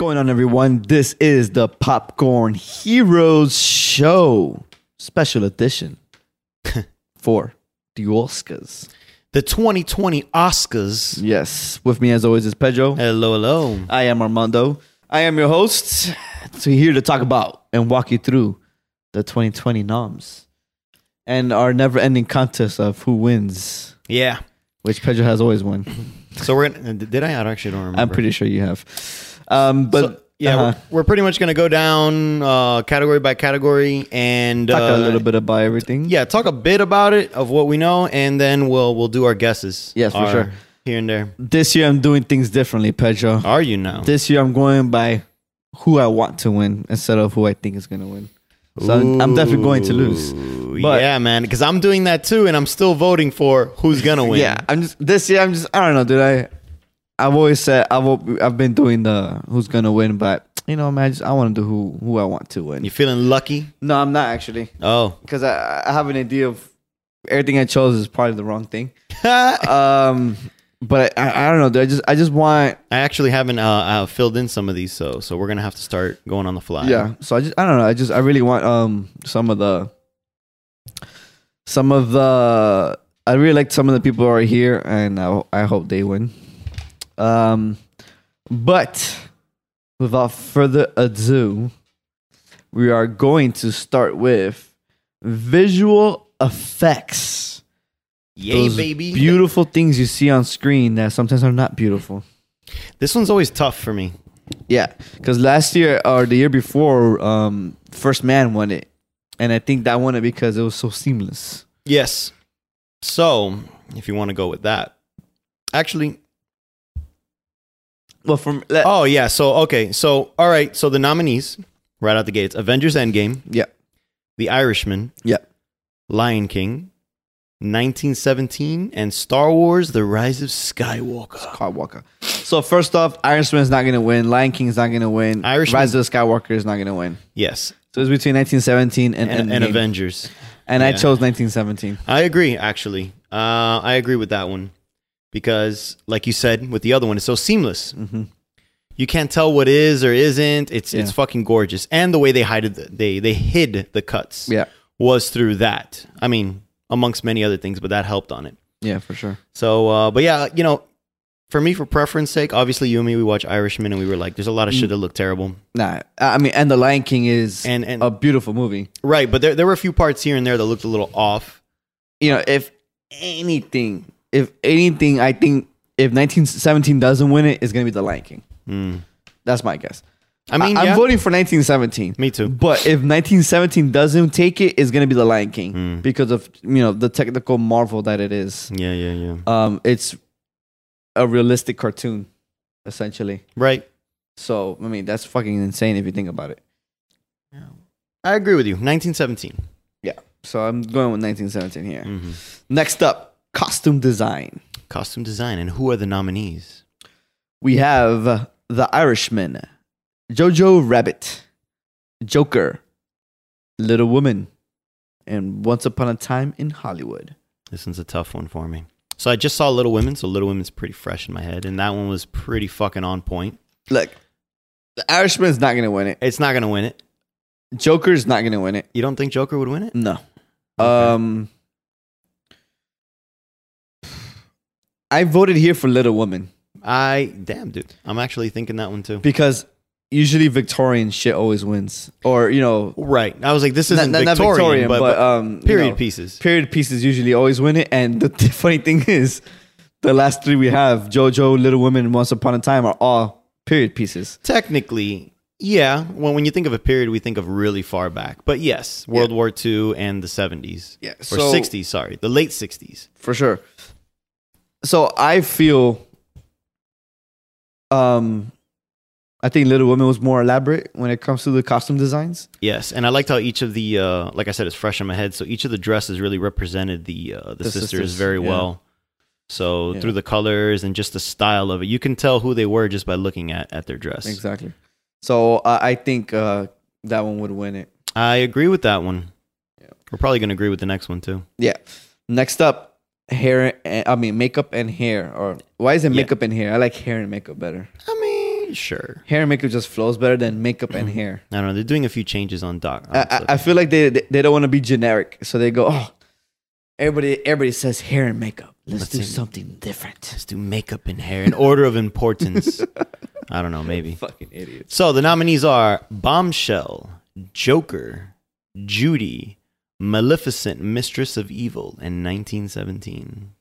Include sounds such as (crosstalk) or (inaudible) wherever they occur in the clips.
on, everyone? This is the Popcorn Heroes Show Special Edition (laughs) for the Oscars. The 2020 Oscars. Yes, with me as always is Pedro. Hello, hello. I am Armando. I am your host. So here to talk about and walk you through the 2020 noms and our never-ending contest of who wins, Yeah. which Pedro has always won. (laughs) So we're gonna, did I? I actually don't remember. I'm pretty sure you have. Um, but So, yeah, uh-huh. we're, we're pretty much gonna go down uh, category by category and talk uh, a little bit about everything. Yeah, talk a bit about it of what we know, and then we'll we'll do our guesses. Yes, for Our- sure. Here and there. This year I'm doing things differently, Pedro. Are you now? This year I'm going by who I want to win instead of who I think is going to win. So I'm, I'm definitely going to lose. Ooh, But- yeah, man, because I'm doing that too, and I'm still voting for who's gonna win. Yeah, I'm just this year. I'm just I don't know, dude. I I've always said I've al- I've been doing the who's gonna win, but you know, man, I, just, I want to do who who I want to win. You feeling lucky? No, I'm not actually (laughs) Oh, because I I have an idea of everything I chose is probably the wrong thing. Um, but I, I don't know, dude. I just I just want I actually haven't uh, uh, filled in some of these, so so we're gonna have to start going on the fly. yeah so i just i don't know i just i really want um some of the some of the i really like some of the people who are here and i, I hope they win um but without further ado we are going to start with visual effects yay, Those baby! beautiful things you see on screen that sometimes are not beautiful this one's always tough for me. Yeah, because last year or the year before, um, First Man won it, and I think that won it because it was so seamless. Yes. So if you want to go with that, actually, Well, from let, oh yeah. So okay. So all right. So the nominees right out the gates: Avengers: Endgame, yeah, The Irishman, yeah, Lion King, 1917, and Star Wars: The Rise of Skywalker. Carl Walker. So first off, Iron Man's not gonna win. Lion King's not gonna win. Irishman- Rise of the Skywalker is not gonna win. Yes, So it's between 1917 and and, and, and Avengers. and I yeah. chose 1917. I agree, actually. Uh, I agree with that one because, like you said, with the other one, it's so seamless. You can't tell what is or isn't. It's it's Mm-hmm. Yeah. fucking gorgeous, and the way they hid the, they they hid the cuts Yeah, was through that. I mean, amongst many other things, but that helped on it. yeah, for sure. So, uh, but yeah, you know, for me, for preference sake, obviously you and me, we watch Irishman, and we were like, there's a lot of Mm. shit that looked terrible, Nah, I I mean, and the Lion King is and and a beautiful movie. right, but there there were a few parts here and there that looked a little off. you know, if anything, if anything, I think if 1917 doesn't win it, it's gonna be The Lion King. Mm. That's my guess. I mean, I, am yeah, voting for 1917. me too. But if 1917 doesn't take it, it's gonna be The Lion King Hmm. because of you know the technical marvel that it is. Yeah, yeah, yeah. Um, it's a realistic cartoon, essentially. Right. So I mean, that's fucking insane if you think about it. I agree with you. 1917. Yeah. So I'm going with 1917 here. Mhm. Next up, costume design. Costume design. And who are the nominees? we have The Irishman, Jojo Rabbit, Joker, Little Woman, and Once Upon a Time in Hollywood. This one's a tough one for me. So I just saw Little Women. So Little Women's pretty fresh in my head. And that one was pretty fucking on point. Look, The Irishman's not going to win it. It's not going to win it. Joker's not going to win it. You don't think Joker would win it? No. Okay. Um, I voted here for Little Woman I, damn, dude. I'm actually thinking that one too. because usually Victorian shit always wins. Or, you know, Right. I was like, this isn't not, not- not Victorian, but, but um, you period know, pieces. period pieces usually always win it. And the, (laughs) the funny thing is, the last three we have JoJo, Little Women, and Once Upon a Time are all period pieces. Technically, yeah. Well, when you think of a period, we think of really far back. But yes, World War II and the 70s. Yeah, Or so- 60s, sorry. The late 60s. For sure. So I feel, um, I think Little Women was more elaborate when it comes to the costume designs. Yes, and I liked how each of the uh, like I said, it's fresh in my head. So each of the dresses really represented the uh, the, The sisters, sisters, very yeah. well. So Yeah. through the colors and just the style of it, you can tell who they were just by looking at at their dress. Exactly. So uh, I think uh, that one would win it. I agree with that one. We're probably going to agree with the next one too. Yeah. Next up, hair. And, I mean, makeup and hair. Or why is it Yeah. makeup and hair? I like hair and makeup better. I mean, Sure. hair and makeup just flows better than makeup and hair. I don't know. They're doing a few changes on Doc. Mm-hmm. I, I, I feel like they they, they don't want to be generic, so they go, oh, everybody everybody says hair and makeup. Let's, Let's do see. something different. Let's do makeup and hair in order of importance. I don't know, maybe. (laughs) Fucking idiots. So the nominees are Bombshell, Joker, Judy, Maleficent, Mistress of Evil, and 1917.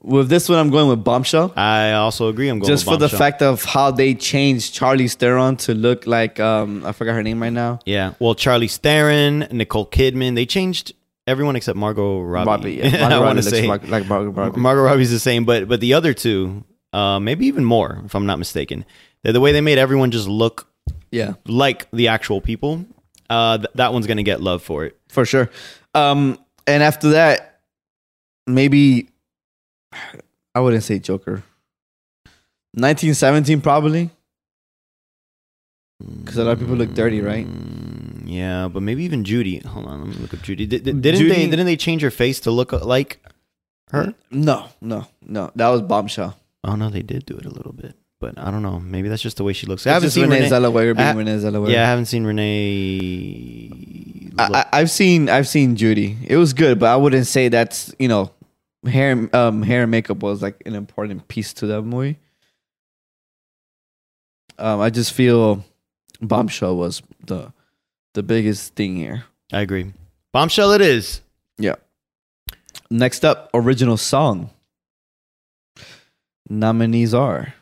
With this one, I'm going with bombshell. I also agree. I'm going just with for the Bombshell. fact of how they changed Charlie Theron to look like um I forgot her name right now. Yeah. Well, Charlie Theron, Nicole Kidman, they changed everyone except Margot Robbie. (laughs) yeah. Margot (laughs) I Robbie want to looks say like, like Margot Robbie. (laughs) Margot Robbie's the same, but but the other two, uh, maybe even more, if I'm not mistaken. The, the way they made everyone just look yeah, like the actual people, uh, th- that one's gonna get love for it. for sure. Um, and after that, maybe I wouldn't say Joker. 1917 probably because a lot of people look dirty, right? Mm, yeah, but maybe even Judy. Hold on, let me look up Judy. Did, did, didn't Mm, Judy- they didn't they change her face to look uh, like her? No, no, no. That was bombshell. Oh no, they did do it a little bit, but I don't know. Maybe that's just the way she looks. I It's haven't just seen Renee Renee. Zellweger being I- Renee Zellweger. Yeah, I haven't seen Renee. look. I, I, I've seen I've seen Judy. It was good, but I wouldn't say that's you know hair um hair and makeup was like an important piece to that movie. Um, I just feel Bombshell was the the biggest thing here. I agree. Bombshell, it is. Next up, original song. Nominees are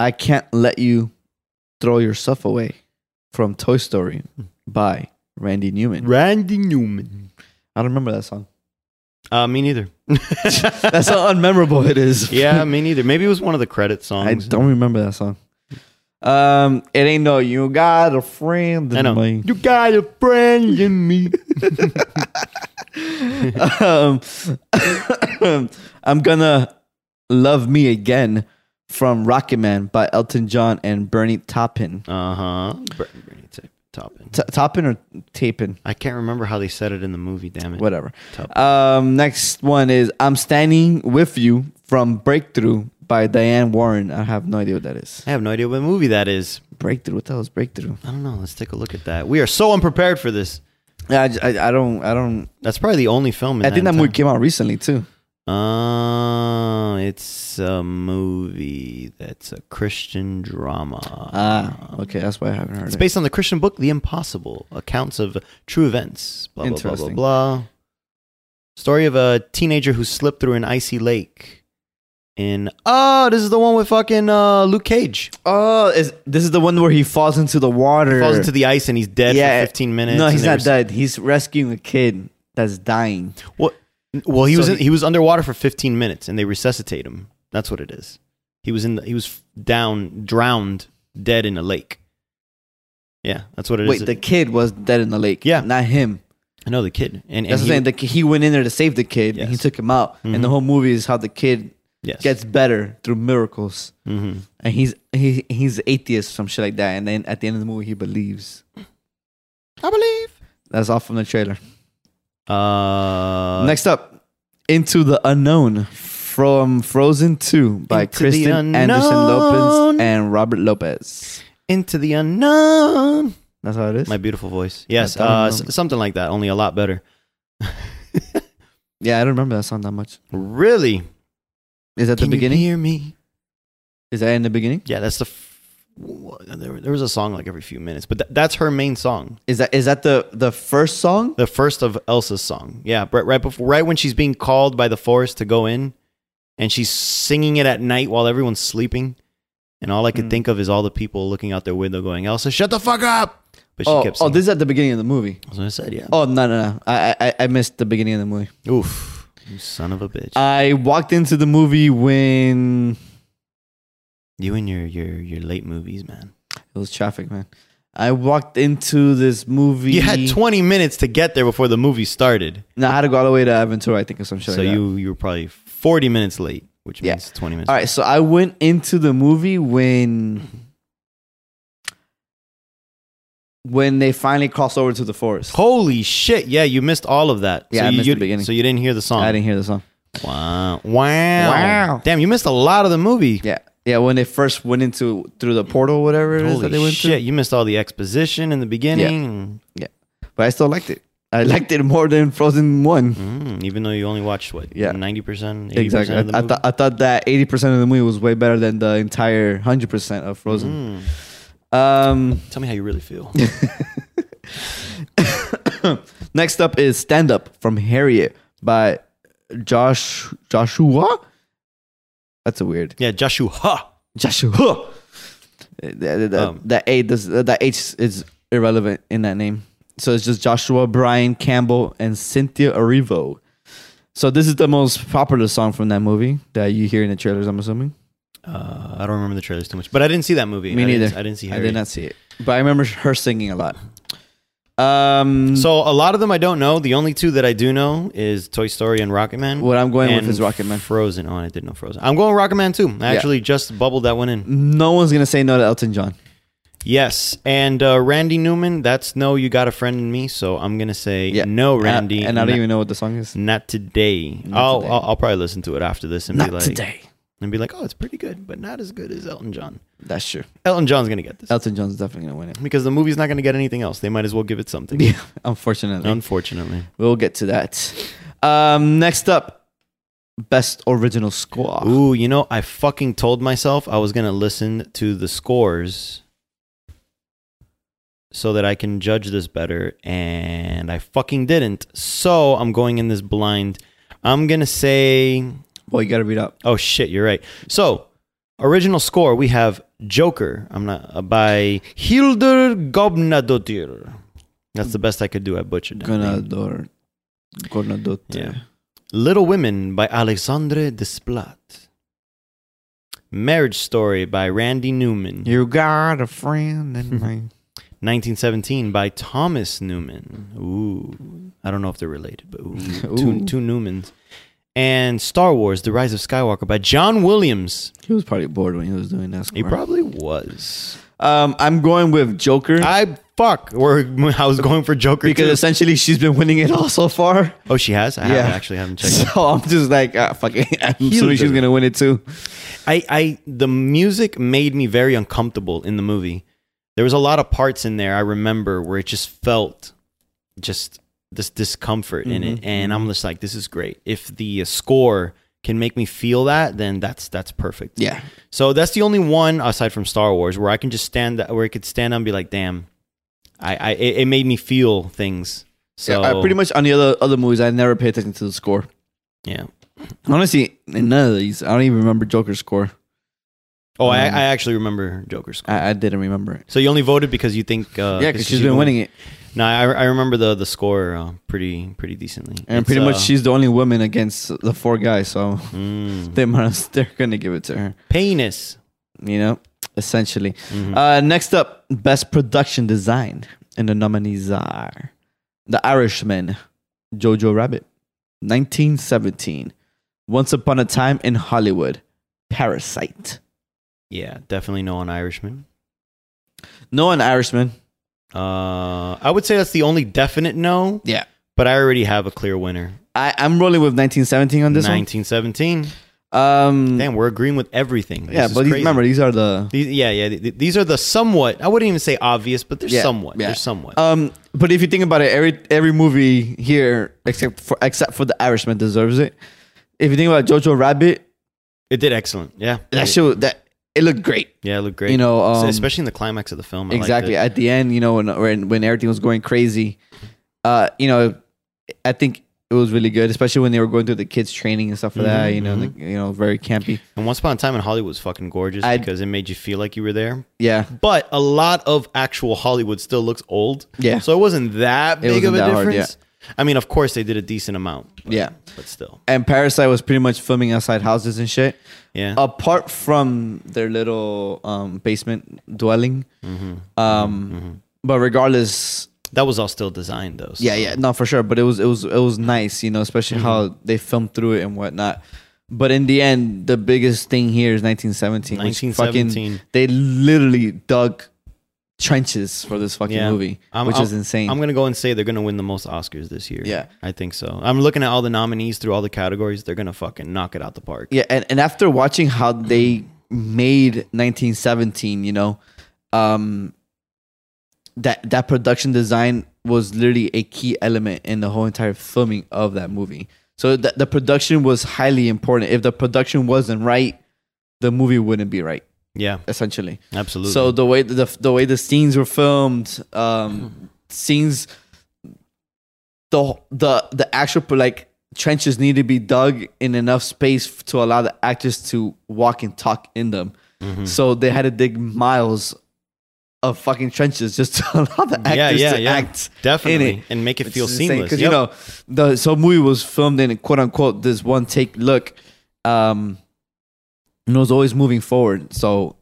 I Can't Let You Throw Yourself Away from Toy Story by Randy Newman. Randy Newman. I don't remember that song. Uh, (laughs) me neither. That's how unmemorable it is. (laughs) yeah, me neither. Maybe it was one of the credit (laughs) songs. I don't remember that song. Um, it ain't no you got a friend. in I know. me. You got a friend in (laughs) me. um, I'm gonna love me again from Rocket Man by Elton John and Bernie Taupin. uh huh. Bernie T- Taupin. T- Taupin or Tapin, I can't remember how they said it in the movie. Damn it. whatever. Taupin. Um, next one is I'm standing with you from Breakthrough by Diane Warren. I have no idea what that is. I have no idea what movie that is. Breakthrough. What the hell is Breakthrough? I don't know. Let's take a look at that. We are so unprepared for this. Yeah, I j- I, I don't. I don't. That's probably the only film. In I think that movie entire- came out recently too. Uh, it's a movie that's a Christian drama. Ah, okay, that's why I haven't heard It's it. based on the Christian book The Impossible, accounts of true events. Blah blah blah blah Interesting. blah. Story of a teenager who slipped through an icy lake. In oh, this is the one with fucking uh, Luke Cage. Oh, is this is the one where he falls into the water? He falls into the ice and he's dead for 15 minutes. Er. No, and he's they not were- dead. He's rescuing a kid that's dying. Well, well, he So was in, he- he was underwater for 15 minutes and they resuscitate him. That's what it is. He was in the, he was down, drowned, dead in a lake. Yeah, that's what it is. Wait, the kid was dead in the lake. Yeah. not him. I know the kid. And, and That's he- the thing. The, ki- he went in there to save the kid, and he Yes. took him out. And the Mhm. whole movie is how the kid yes. gets better through miracles. hmm And he's he he's atheist, some shit like that. And then at the end of the movie, he believes. I believe. That's all from the trailer. Uh, Next up, Into the Unknown from Frozen 2 by Into the Kristen Anderson Lopez unknown. and Robert Lopez. into the unknown. That's how it is? My beautiful voice. Yes, I don't uh, remember. s- something like that, only a lot better. yeah, I don't remember that song that much. Really? Is that Can the beginning? You hear me? Is that in the beginning? Yeah, that's the. F- wha- there, there was a song like every few minutes, but tha- that's her main song. Is that is that the the first song? The first of Elsa's song. Yeah, right, right before, right when she's being called by the forest to go in, and she's singing it at night while everyone's sleeping, and all I could Mm. think of is all the people looking out their window going, "Elsa, shut the fuck up!" But she oh, kept oh, singing. this is at the beginning of the movie. That's what I said. Yeah. Oh no no no! I I, I missed the beginning of the movie. Oof, you son of a bitch. I walked into the movie when You and your your your late movies, man. it was traffic, man. I walked into this movie. You had 20 minutes to get there before the movie started, No, I had to go all the way to Aventura, I think, or some shit. so like that. you you were probably 40 minutes late, which Yeah. means 20 minutes. All right, so I went into the movie when when they finally cross over to the forest. Holy shit! Yeah, you missed all of that. Yeah, so I you, missed you, the beginning. So you didn't hear the song. I didn't hear the song. Wow. wow! Wow. Damn, you missed a lot of the movie. Yeah, Yeah, when they first went into through the portal, whatever it is that they Holy went shit! You missed all the exposition in the beginning. through. But I still liked it. I liked it more than Frozen One. Mm, even though you only watched what? Yeah. ninety percent. Exactly. I, Of the I, thought I thought that eighty percent of the movie was way better than the entire hundred percent of Frozen. movie? Mm. Um, Tell me how you (laughs) really feel. next up is Stand Up from Harriet by Josh Joshua. That's a weird yeah, Joshua. (laughs) Joshua. That, that, Um. that A does uh, that H is irrelevant in that name. So it's just Joshua, Brian Campbell, and Cynthia Erivo. So this is the most popular song from that movie that you hear in the trailers. I'm assuming. Uh, I don't remember the trailers too much, but I didn't see that movie. Me I neither. Didn't, I didn't see. I Harry. did not see it, but I remember her singing a lot. Um, So a lot of them I don't know. The only two that I do know is Toy Story and Rocketman. What I'm going with and is Rocketman. Frozen. Oh, I did know Frozen. I'm going Rocketman too. I Yeah. actually just bubbled that one in. no one's gonna say no to Elton John. Yes, and uh, Randy Newman. That's no. You got a friend in me, so I'm gonna say Yeah. no, And I- Oh, Randy. and I don't not, even know what the song is. not today. I'll, I'll I'll probably listen to it after this and be like and be like, oh, it's pretty good, but not as good as Elton John. That's true. Elton John's gonna get this Elton John's definitely gonna win it. because the movie's not gonna get anything else. They might as well give it something. (laughs) Yeah, unfortunately. Unfortunately. We'll get to that. Um, next up, best original score. Ooh, you know, I fucking told myself I was gonna listen to the scores so that I can judge this better, and I fucking didn't. So I'm going in this blind. I'm gonna say, Boy, you gotta read up. oh shit, you're right. So original score we have Joker. I'm not uh, by Hildur Gobnadottir. That's the best I could do. I butchered that. name. Gonador. Gonadot. Yeah. Little Women by Alexandre Desplat. Marriage Story by Randy Newman. You got a friend (laughs) in me. 1917 by Thomas Newman. Ooh. I don't know if they're related, (laughs) but ooh. Ooh. Two, two Newmans. And Star Wars The Rise of Skywalker by John Williams. He was probably bored when he was doing that. He score. probably was. Um, I'm going with Joker I fuck. Or I was going for Joker because too. essentially she's been winning it all so far. Oh, she has? I Yeah. haven't, actually haven't checked. So I'm just like, ah, fucking, (laughs) I'm assuming she's gonna win it too. I, I the music made me very uncomfortable in the movie. There was a lot of parts in there I remember where it just felt just this discomfort in Mm-hmm, it, and I'm just like, this is great. If the uh, score can make me feel that, then that's that's perfect. Yeah. So that's the only one aside from Star Wars where I can just stand where I could stand up and be like, damn, I, I it, it made me feel things. So I, pretty much on the other other movies, I never pay attention to the score. yeah. Honestly, in none of these, I don't even remember Joker's score. Oh, I, Um, I actually remember Joker's score. I, I didn't remember it. So you only voted because you think uh, yeah, because she's you been don't- winning it, No, I, I remember the the score uh, pretty pretty decently, and It's, pretty much uh, she's the only woman against the four guys. So (laughs) mm, they must, they're gonna give it to her. penis. You know, essentially. Mhm. Uh, next up, best production design, and the nominees are The Irishman, Jojo Rabbit, 1917, Once Upon a Time in Hollywood, Parasite. yeah, definitely no on Irishman. No, an Irishman. Uh, I would say that's the only definite no, Yeah, but I already have a clear winner. I, I'm rolling with 1917 on this 1917. one. Um, Damn, we're agreeing with everything. This yeah, is but these, crazy. remember these are the These- yeah, yeah. th- th- These are the somewhat. I wouldn't even say obvious, but they're Yeah, somewhat. yeah. They're somewhat. Um, but if you think about it, every every movie here except for except for The Irishman deserves it. If you think about Jojo Rabbit, it did excellent. Yeah, that show that it looked great. Yeah, it looked great. You know, um, especially in the climax of the film. I liked exactly it. at the end, you know, when when, when everything was going crazy, uh, you know, I think it was really good, especially when they were going through the kids training and stuff like that. You Mm-hmm. know, like, you know, very campy. And Once Upon a Time in Hollywood was fucking gorgeous I- because it made you feel like you were there. Yeah, but a lot of actual Hollywood still looks old. Yeah. So it wasn't that big wasn't of a that hard, difference. I mean, of course they did a decent amount. But, Yeah. But still. and Parasite was pretty much filming outside houses and shit. Yeah. Apart from their little um, basement dwelling, Mm-hmm. um, but regardless, that was all still designed though. so- Yeah, yeah, no, for sure. But it was it was it was nice, you know, especially how Mm-hmm. they filmed through it and whatnot. But in the end, the biggest thing here is 1917. which fucking, 1917. they literally dug trenches for this fucking Yeah. movie, I'm- which I'm- is insane. I'm gonna go and say they're gonna win the most Oscars this year. Yeah. I think so. I'm looking at all the nominees through all the categories. They're gonna fucking knock it out the park. yeah, and, and after watching how they made 1917, you know, um, that that production design was literally a key element in the whole entire filming of that movie. So the, the production was highly important. If the production wasn't right, the movie wouldn't be right. Yeah, Essentially, absolutely. so the way the the way the scenes were filmed, Hmm. um, scenes, the the the actual like trenches need to be dug in enough space to allow the actors to walk and talk in them. Mm-hmm. So they had to dig miles of fucking trenches just to (laughs) allow the actors yeah, yeah, to yeah. act Definitely, in it and make it feel seamless. because you Yep. know the so movie was filmed in quote unquote this one take look, um, and it was always moving forward. So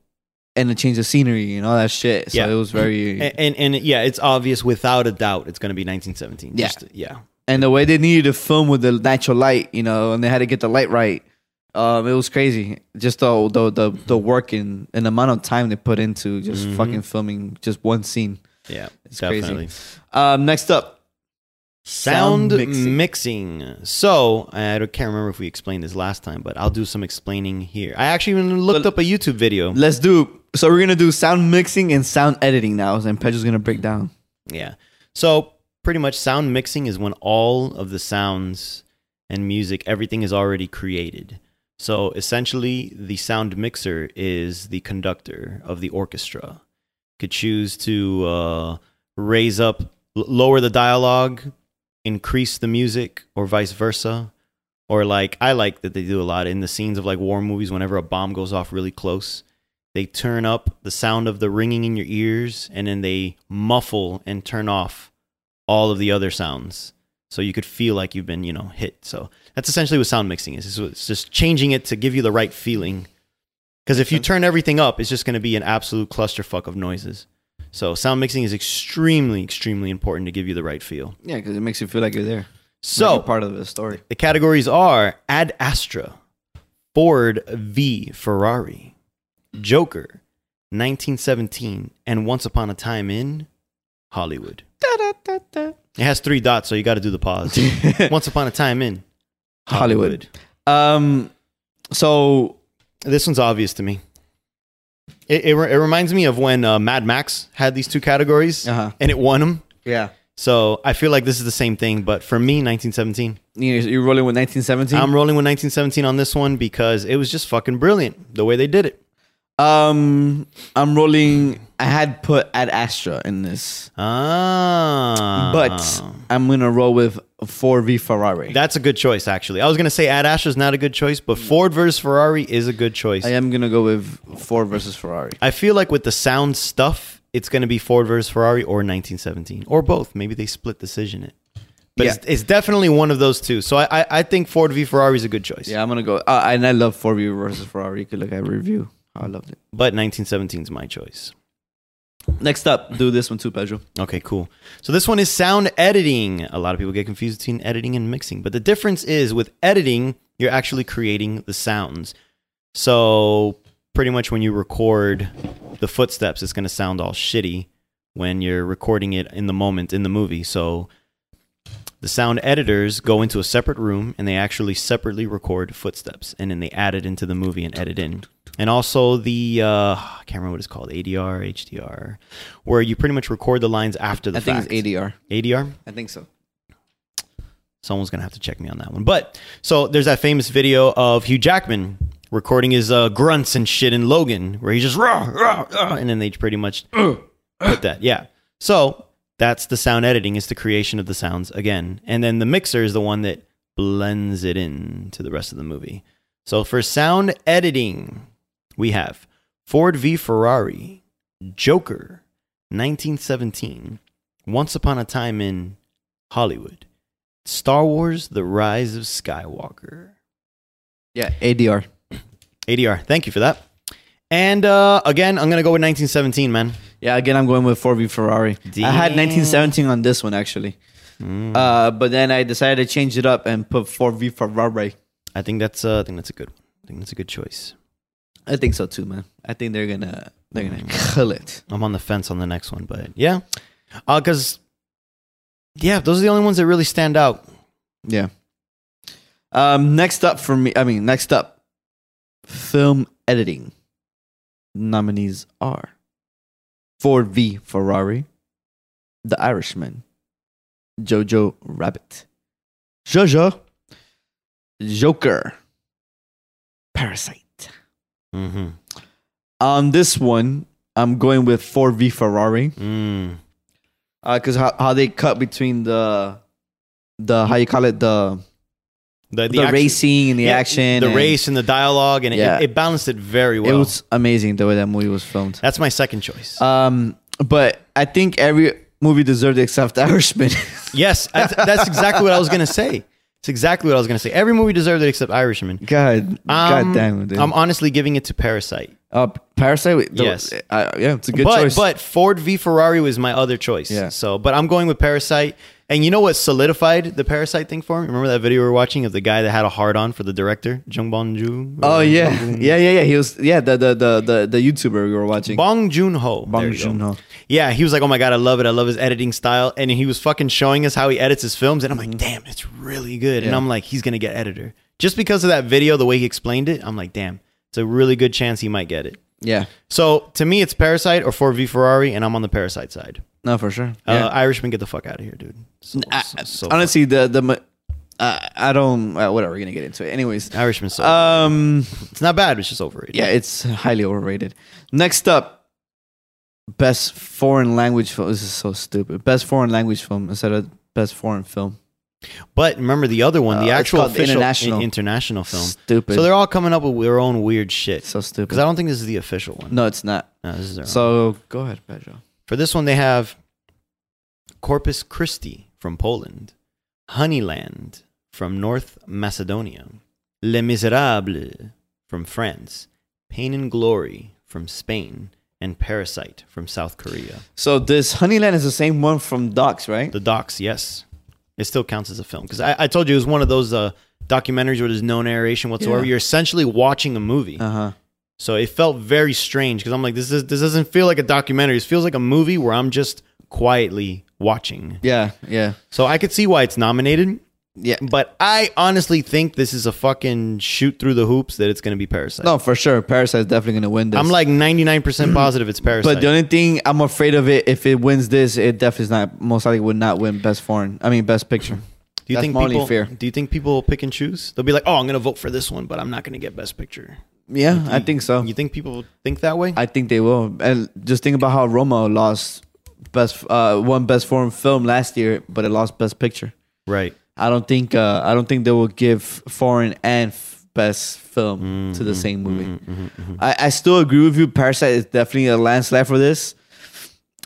and the change of scenery and all that shit. So Yeah. it was very A- and, and yeah, it's obvious without a doubt it's going to be 1917. Yeah. Just- yeah. and the way they needed to film with the natural light, you know, and they had to get the light right. Um, it was crazy. Just the the the, the work and, and the amount of time they put into just Mm-hmm. fucking filming just one scene. Yeah, it's crazy. definitely. Um, next up, Sound, Sound mixing. mixing. So I don't- can't remember if we explained this last time, but I'll do some explaining here. I actually even looked up a YouTube video. let's do. So we're gonna do sound mixing and sound editing now, and Pedro's gonna break down. Yeah. So pretty much sound mixing is when all of the sounds and music, everything is already created. So essentially the sound mixer is the conductor of the orchestra. Could choose to uh, raise up, l- lower the dialogue, increase the music, or vice versa. Or like I like that they do a lot in the scenes of like war movies. Whenever a bomb goes off really close, they turn up the sound of the ringing in your ears and then they muffle and turn off all of the other sounds so you could feel like you've been you know hit so that's essentially what sound mixing is It's- it's just changing it to give you the right feeling because if you turn everything up it's just going to be an absolute clusterfuck of noises so sound mixing is extremely extremely important to give you the right feel Yeah, because it makes you feel like you're there. so Like you're part of the story. the categories are Ad Astra, Ford v Ferrari, Joker, 1917, and Once Upon a Time in Hollywood. It has three dots, so you got to do (laughs) the pause. Once Upon a Time in Hollywood. Hollywood. (laughs) Um, so This one's obvious to me. It, it, re- it reminds me of when uh, Mad Max had these two categories Uh-huh. and it won them. yeah, So I feel like this is the same thing, but for me, 1917. you're, you're rolling with 1917. I'm rolling with 1917 on this one because it was just fucking brilliant the way they did it. Um, I'm rolling. I had put Ad Astra in this, Ah, but I'm gonna roll with Ford v Ferrari. that's a good choice actually. I was gonna say Ad Astra is not a good choice, but Ford versus Ferrari is a good choice. I am gonna go with Ford versus Ferrari. I feel like with the sound stuff, it's gonna be Ford versus Ferrari or 1917 or both. Maybe they split decision it, but Yeah. it's, it's definitely one of those two. So I, I, I think Ford v Ferrari is a good choice. Yeah, I'm gonna go. Uh, and I love Ford v versus Ferrari. You could look at a review. Oh, I loved it. but 1917 is my choice. Next up, do this one too, Pedro. Okay, cool. So this one is sound editing. A lot of people get confused between editing and mixing, but the difference is with editing, you're actually creating the sounds. So pretty much when you record the footsteps, it's going to sound all shitty when you're recording it in the moment in the movie. So the sound editors go into a separate room and they actually separately record footsteps and then they add it into the movie and edit in. And also the uh, I can't remember what it's called ADR, HDR, where you pretty much record the lines after the I think fact. it's ADR. ADR. I think so. Someone's gonna have to check me on that one. But so there's that famous video of Hugh Jackman recording his uh, grunts and shit in Logan, where he just rah, rah, rah, and then they pretty much put that. Yeah. So that's the sound editing is the creation of the sounds again, and then the mixer is the one that blends it in to the rest of the movie. So for sound editing, we have Ford v Ferrari, Joker, 1917, Once Upon a Time in Hollywood. Star Wars The Rise of Skywalker. Yeah, ADR. ADR, thank you for that. And uh, again, I'm going to go with 1917, man. Yeah, again, I'm going with Ford v Ferrari. I had Damn. Mm. 1917 on this one actually, uh, but then I decided to change it up and put Ford v Ferrari. I think that's uh, I think that's a good one. I think that's a good choice. I think so too, man. Hmm. I think they're gonna they're gonna kill it. I'm on the fence on the next one, but yeah. Uh, cuz yeah, those are the only ones that really stand out. Yeah. Um, next up for me, I mean, next up, film editing. nominees are Ford v Ferrari, The Irishman, Jojo Rabbit, Jojo, Joker, Parasite. Mm-hmm. On this one, I'm going with Ford v Ferrari Mm. because how, how they cut between the the how you call it the The, the, action- racing and the yeah, action, the and race, and the dialogue, and Yeah. it, it balanced it very well. It was amazing the way that movie was filmed. That's my second choice. Um, but I think every movie deserved it except (laughs) Irishman. yes, I- that's exactly what I was gonna say. It's exactly what I was gonna say. Every movie deserved it except Irishman. God, Um, God damn it! dude. I'm honestly giving it to Parasite. uh, Parasite. The, Yes. uh, yeah, it's a good but choice. but Ford v Ferrari was my other choice. Yeah. So, but I'm going with Parasite. And you know what solidified the Parasite thing for me? Remember that video we were watching of the guy that had a hard on for the director, Jung Bong Joon? oh yeah, um, yeah, yeah, yeah. He was yeah the the the the, the YouTuber we were watching. Bong Joon Ho. Bong Joon-ho. Yeah, he was like, "Oh my god, I love it! I love his editing style." And he was fucking showing us how he edits his films, and I'm like, "Damn, it's really good." Mm-hmm. And Yeah. I'm like, "He's gonna get editor just because of that video, the way he explained it." I'm like, "Damn, it's a really good chance he might get it." yeah, So to me, it's Parasite or Ford v Ferrari, and I'm on the Parasite side. no, for sure. Uh, Yeah. Irishman, get the fuck out of here, dude. So, I, so- so honestly, the the mo- I I don't uh, whatever. We're gonna get into it anyways. fuck- Irishman's so Um, it's not bad, it's just overrated. yeah, it's highly overrated. Next up, best foreign language film. This is so stupid. Best foreign language film instead of best foreign film. But remember the other one, Uh, the it's actual called the official international. international, international film. Stupid. So they're all coming up with their own weird shit. so Because stupid. I don't think this is the official one. no, it's not. No, this is their own. So go ahead, Pedro. For this one, they have Corpus Christi from Poland, Honeyland from North Macedonia, Les Miserables from France, Pain and Glory from Spain, and Parasite from South Korea. So this Honeyland is the same one from Docs, right? The docs, yes. It still counts as a film. Because I, I told you it was one of those uh, documentaries where there's no narration whatsoever. Yeah. You're essentially watching a movie. Uh huh. So it felt very strange because I'm like, this is this doesn't feel like a documentary. This feels like a movie where I'm just quietly watching. Yeah, yeah, So I could see why it's nominated, yeah. but I honestly think this is a fucking shoot through the hoops that it's going to be Parasite. No, for sure. Parasite's definitely gonna win this. I'm (clears throat) like 99% positive it's Parasite. but the only thing I'm afraid of it, if it wins this, it definitely is not. Most likely would not win best foreign. I mean, best picture. do you that's think my only people fear. do you think people will pick and choose? They'll be like, "Oh, I'm going to vote for this one, but I'm not going to get best picture." Yeah, I think so. You think people think that way? Oh. I think they will. And just think about how Roma lost best uh won best foreign film last year, but it lost best picture. right. I don't think uh, I don't think they will give foreign and f- best film to the same movie. I, I still agree with you. Parasite is definitely a landslide for this,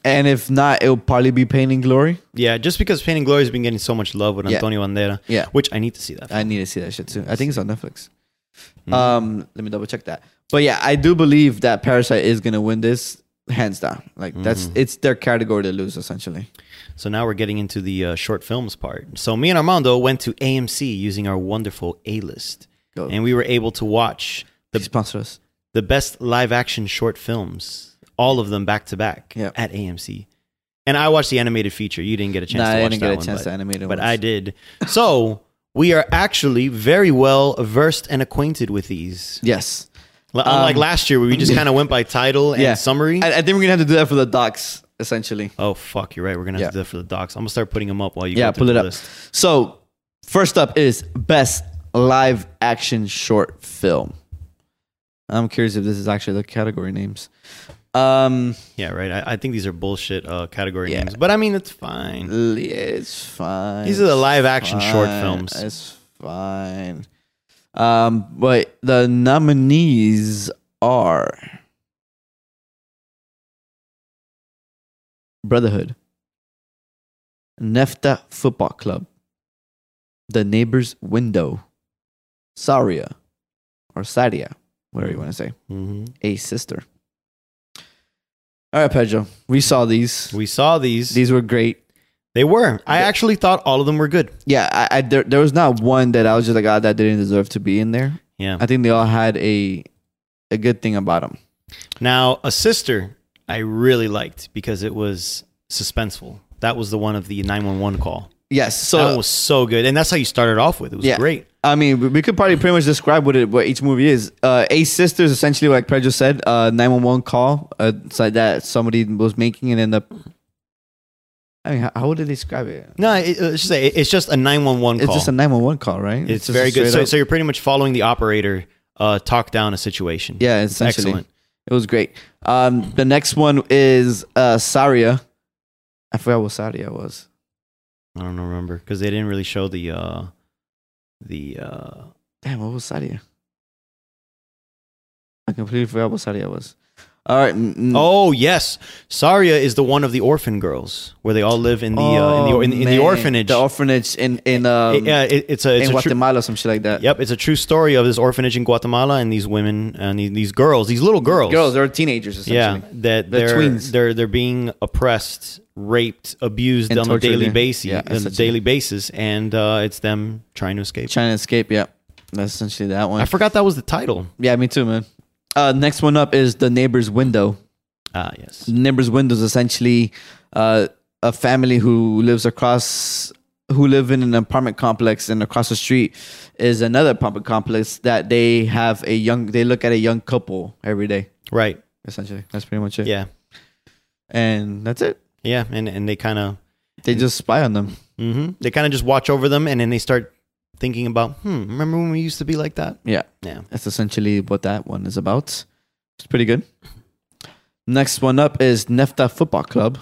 and if not, it'll probably be Pain and Glory. Yeah, just because Pain and Glory has been getting so much love with Yeah. Antonio Bandera. Yeah. Which I need to see that. I need to see that shit too. I think it's on Netflix. Um, let me double check that. But yeah, I do believe that Parasite is gonna win this hands down. Like that's it's their category to lose essentially. So now we're getting into the uh, short films part. So me and Armando went to AMC using our wonderful A list, Go. and we were able to watch They the sponsor us. the best live action short films, all of them back to back Yeah. at AMC. And I watched the animated feature. You didn't get a chance Nah, to I watch didn't that get a one, chance but, to animate it but once. I did. So we are actually very well versed and acquainted with these. Yes. L- Unlike last year, where we (laughs) just kind of went by title and Um, Yeah. summary. I, I think we're gonna have to do that for the docs essentially. oh fuck, you're right. We're gonna have Yeah. to do that for the docs. I'm gonna start putting them up while you Yeah, go through pull it the up. list. So, first up is best live action short film. I'm curious if this is actually the category names. Um, Yeah, right. I, I think these are bullshit uh, category Yeah. names, but I mean, it's fine. l- it's fine. These are the live action short Fine. films. It's fine. Um, but the nominees are Brotherhood, Nefta Football Club, The Neighbor's Window, Saria, or Sadia, whatever you want to say, hmm a sister. All right, Pedro, we saw these. We saw these. These were great. They were. I Yeah. actually thought all of them were good. Yeah, I, I there, there was not one that I was just like, ah, that didn't deserve to be in there. Yeah. I think they all had a a good thing about them. Now, a sister, I really liked because it was suspenseful. That was the one of the nine one one call. Yes, So that so was so good, and that's how you started off with. It was Yeah. great. I mean, we- we could probably pretty much describe what it, what each movie is. Uh, Ace Sisters, essentially, like Pedro said, uh, nine one one call uh, it's like that somebody was making and end up. I mean, how, how would they describe it? No, it, it's just a, it's just a nine one one It's call. just a nine one one call, right? it's just very good. straight So, up- so you're pretty much following the operator uh, talk down a situation. yeah, It's essentially, excellent. it was great. Um, the next one is uh, Saria. I forgot what Saria was. I don't remember because they didn't really show the uh, the uh, Damn, what was Saria? I completely forgot what Saria was. All right. n- n- Oh yes, Saria is the one of the orphan girls where they all live in the uh, in Oh, the in, in the man. orphanage. The orphanage in in um, yeah, it, it's a, it's in a true, Guatemala, some shit like that. yep, it's a true story of this orphanage in Guatemala and these women and these, these girls, these little girls, Girls, they're teenagers yeah, essentially. that They're they're they're, tweens. they're being oppressed, raped, abused And on a tortured, daily yeah. basis, Yeah, on a essentially. daily basis, and uh, it's them trying to escape. Trying to escape, yeah. That's essentially that one. I forgot that was the title. yeah, me too, man. Uh, next one up is the neighbor's window. Ah, yes. The neighbor's window is essentially uh, a family who lives across, who live in an apartment complex, and across the street is another apartment complex that they have a young. They look at a young couple every day. Right. Essentially, that's pretty much it. Yeah. and that's it. Yeah, and and they kind of They just spy on them. hmm They kind of just watch over them, and then they start thinking about, hmm, remember when we used to be like that? Yeah. Yeah. That's essentially what that one is about. It's pretty good. Next one up is Nefta Football Club.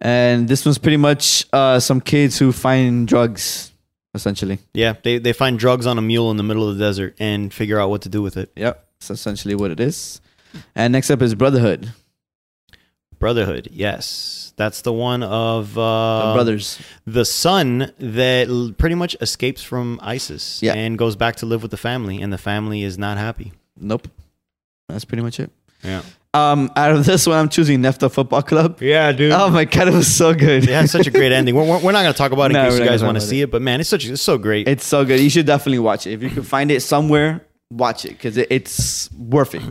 And this one's pretty much uh, some kids who find drugs, essentially. Yeah, they, they find drugs on a mule in the middle of the desert and figure out what to do with it. Yep. That's essentially what it is. And next up is Brotherhood. Brotherhood, yes. That's the one of The uh, brothers. the son that l- pretty much escapes from ISIS Yeah. and goes back to live with the family, and the family is not happy. Nope. That's pretty much it. Yeah. Um, out of this one, I'm choosing Nefta Football Club. Yeah, dude. (laughs) Oh my God, it was so good. it has such a great ending. We're, we're, we're not going to talk about it No, in we're case not you gonna guys talk want to about see it. but man, it's such it's so (laughs) great. It's so good. You should definitely watch it. If you can find it somewhere, watch it because it, it's worth it.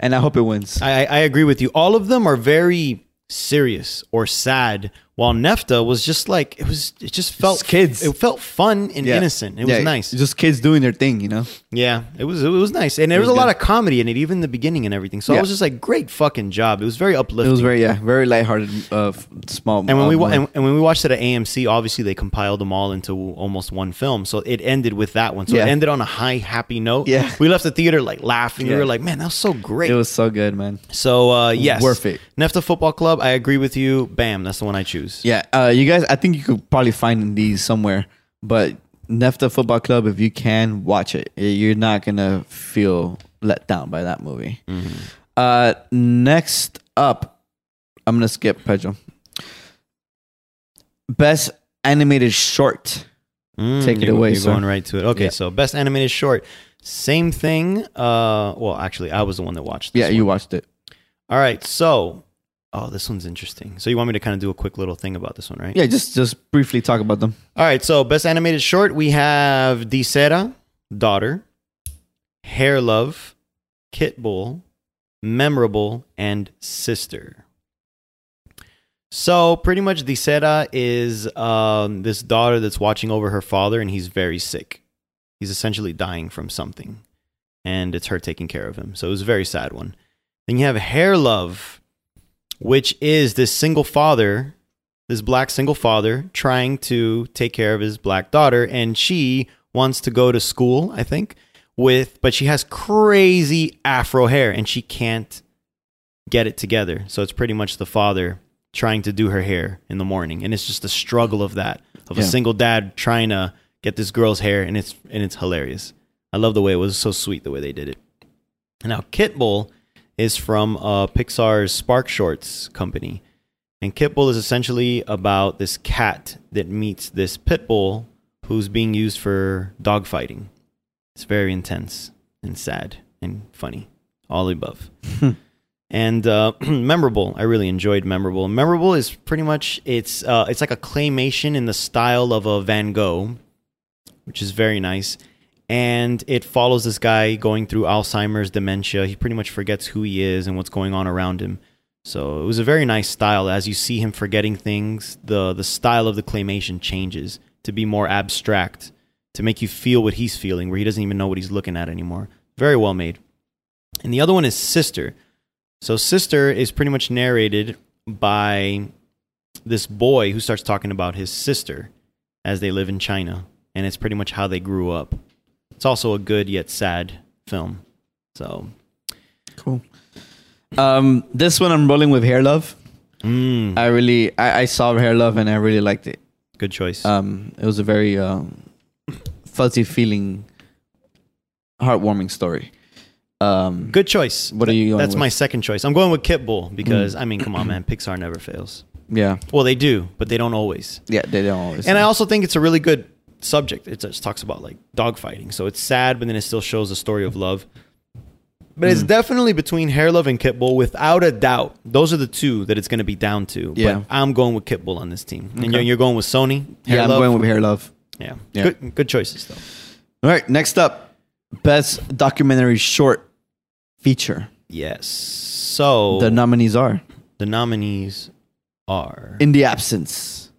And I hope it wins. I, I agree with you. All of them are very serious or sad, while Nefta was just like it was. It just felt Just kids. It felt fun and Yeah. innocent. It Yeah, was nice. Just kids doing their thing, you know? yeah, it was. It was nice, and there was, was a lot good. of comedy in it, even the beginning and everything. So I Yeah. was just like, great fucking job. It was very It uplifting. was very, yeah, very lighthearted, uh, f- small. and when uh, we wa- movie. and, and when we watched it at AMC, obviously they compiled them all into almost one film. So it ended with that one. So Yeah. it ended on a high, happy note. Yeah. we left the theater like laughing. Yeah. We were like, man, that was so great. it was so good, man. So uh, yes, Worth it. Nefta Football Club. I agree with you. Bam, that's the one I choose. Yeah, uh, you guys, I think you could probably find these somewhere, but Nefta Football Club, if you can, watch it. You're not going to feel let down by that movie. Uh, next up, I'm going to skip Pedro. Best animated short. Mm, Take it you're- away, You're sir. going right to it. Okay, Yeah. so best animated short. Same thing. Uh, well, actually, I was the one that watched. This Yeah, one. you watched it. All right, so oh, this one's interesting. So you want me to kind of do a quick little thing about this one, right? Yeah, just just briefly talk about them. All right, so best animated short. We have Dicera, Daughter, Hair Love, Kit Bull, Memorable, and Sister. So pretty much, Dicera is um, this daughter that's watching over her father, and he's very sick. He's essentially dying from something, and it's her taking care of him. So it was a very sad one. Then you have Hair Love, which is this single father, this black single father, trying to take care of his black daughter, and she wants to go to school, I think, with, but she has crazy afro hair, and she can't get it together. So it's pretty much the father trying to do her hair in the morning, and it's just the struggle of that of a Yeah. single dad trying to get this girl's hair, and it's and it's hilarious. I love the way it was so sweet the way they did it. Now Kitbull is from uh, Pixar's Spark Shorts company, and Kitbull is essentially about this cat that meets this pit bull who's being used for dog fighting. It's very intense and sad and funny, all the above and uh, (clears throat) memorable. I really enjoyed memorable. Memorable is pretty much it's uh, it's like a claymation in the style of a Van Gogh, which is very nice. And it follows this guy going through Alzheimer's dementia. He pretty much forgets who he is and what's going on around him. So it was a very nice style. As you see him forgetting things, the the style of the claymation changes to be more abstract to make you feel what he's feeling, where he doesn't even know what he's looking at anymore. Very well made. And the other one is Sister. So Sister is pretty much narrated by this boy who starts talking about his sister as they live in China, and it's pretty much how they grew up. It's also a good yet sad film. So, Cool. Um, this one I'm rolling with Hair Love. mm, I really, I, I saw Hair Love and I really liked it. good choice. Um, it was a very um, fuzzy feeling, heartwarming story. Um, good choice. what are you going That's with? Mm. my second choice. I'm going with Kit Bull because I mean, come on, man, Pixar never fails. yeah, Well, they do, but they don't always. yeah. They don't always. And I also think it's a really good subject. It just talks about like dogfighting. So it's sad, but then it still shows a story of love. But Mm. it's definitely between Hair Love and Kit Bull, without a doubt. Those are the two that it's going to be down to. Yeah. But I'm going with Kit Bull on this team. And Okay. you're, you're going with Sony? Hair yeah, I'm Love? going with Hair Love. yeah. Yeah. Good, good choices, though. All right, next up, best documentary short feature. Yes. So The the, nominees are nominees are. In the Absence,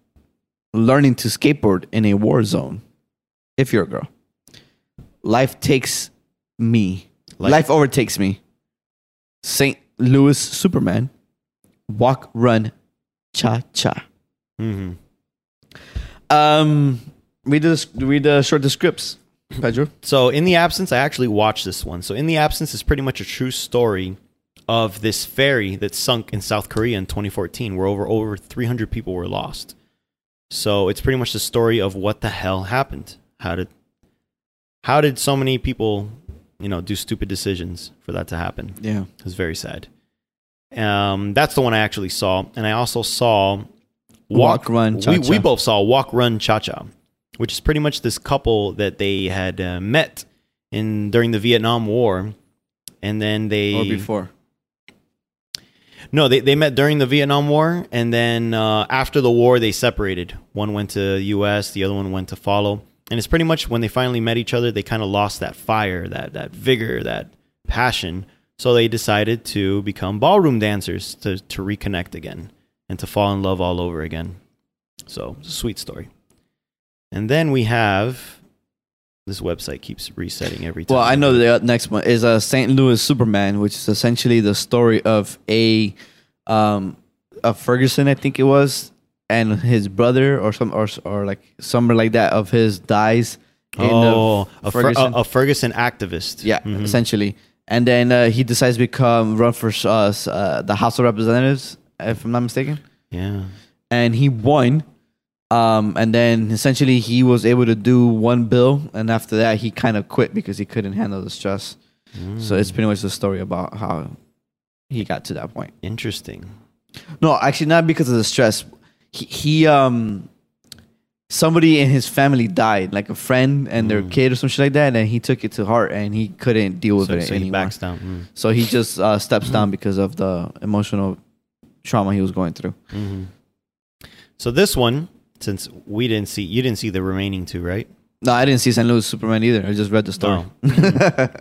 Learning to Skateboard in a War Zone, if you're a girl, Life Takes Me, Life- Life, Overtakes Me, St. Louis Superman, Walk, Run, Cha Cha. Mhm. Um, read, the, read the short the scripts, Pedro. So, in the absence, I actually watched this one. So, in the absence is pretty much a true story of this ferry that sunk in South Korea in 2014, where over over 300 people were lost. So, it's pretty much the story of what the hell happened. How did how did so many people, you know, do stupid decisions for that to happen? Yeah. It was very sad. Um, that's the one I actually saw, and I also saw Walk, Run, We, Cha-Cha. we both saw Walk Run Cha Cha, which is pretty much this couple that they had uh, met in during the Vietnam War, and then they Or before. no, they, they met during the Vietnam War, and then uh, after the war, they separated. One went to U.S., the other one went to follow. And it's pretty much when they finally met each other, they kind of lost that fire, that that vigor, that passion. So they decided to become ballroom dancers to to reconnect again and to fall in love all over again. So it's a sweet story. And then we have this website keeps resetting every time. Well, I know the next one is a St. Louis Superman, which is essentially the story of a um of Ferguson, I think it was, and his brother or some or or like somewhere like that of his dies in the oh, a, Fer- Ferguson. a, a Ferguson activist. yeah, Mhm. essentially. And then uh, he decides to become run for uh, s- uh, the House of Representatives, if I'm not mistaken. yeah. And he won. Um, and then essentially he was able to do one bill, and after that he kind of quit because he couldn't handle the stress. So it's pretty much the story about how he got to that point. Interesting. No, actually not because of the stress. He, he um somebody in his family died, like a friend and Hmm. their kid or some shit like that, and he took it to heart and he couldn't deal with So, it so he anymore. backs down. Mm. so he just uh, steps (clears throat) down because of the emotional trauma he was going through. mm-hmm. So this one, since we didn't see, you didn't see the remaining two, right? No, I didn't see St. Louis Superman either. I just read the story. Oh. (laughs)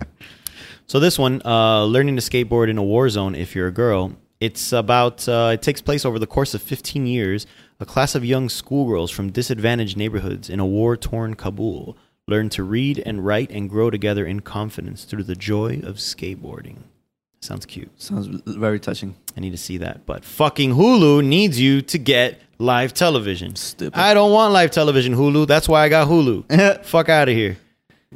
So this one, uh, learning to skateboard in a war zone if you're a girl. It's about. Uh, it takes place over the course of 15 years. A class of young schoolgirls from disadvantaged neighborhoods in a war-torn Kabul learn to read and write and grow together in confidence through the joy of skateboarding. Sounds cute. Sounds very (laughs) touching. I need to see that. But fucking Hulu needs you to get live television. Stupid. I don't want live television, Hulu. That's why I got Hulu. Fuck out of here.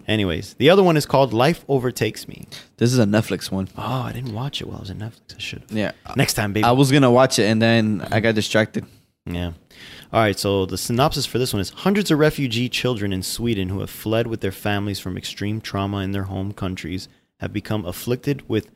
Anyways, the other one is called Life Overtakes Me. This is a Netflix one. Oh, I didn't watch it while I was in Netflix. I should have. Yeah. Next time, baby. I was gonna watch it and then I got distracted. Yeah. All right, so the synopsis for this one is hundreds of refugee children in Sweden who have fled with their families from extreme trauma in their home countries have become afflicted with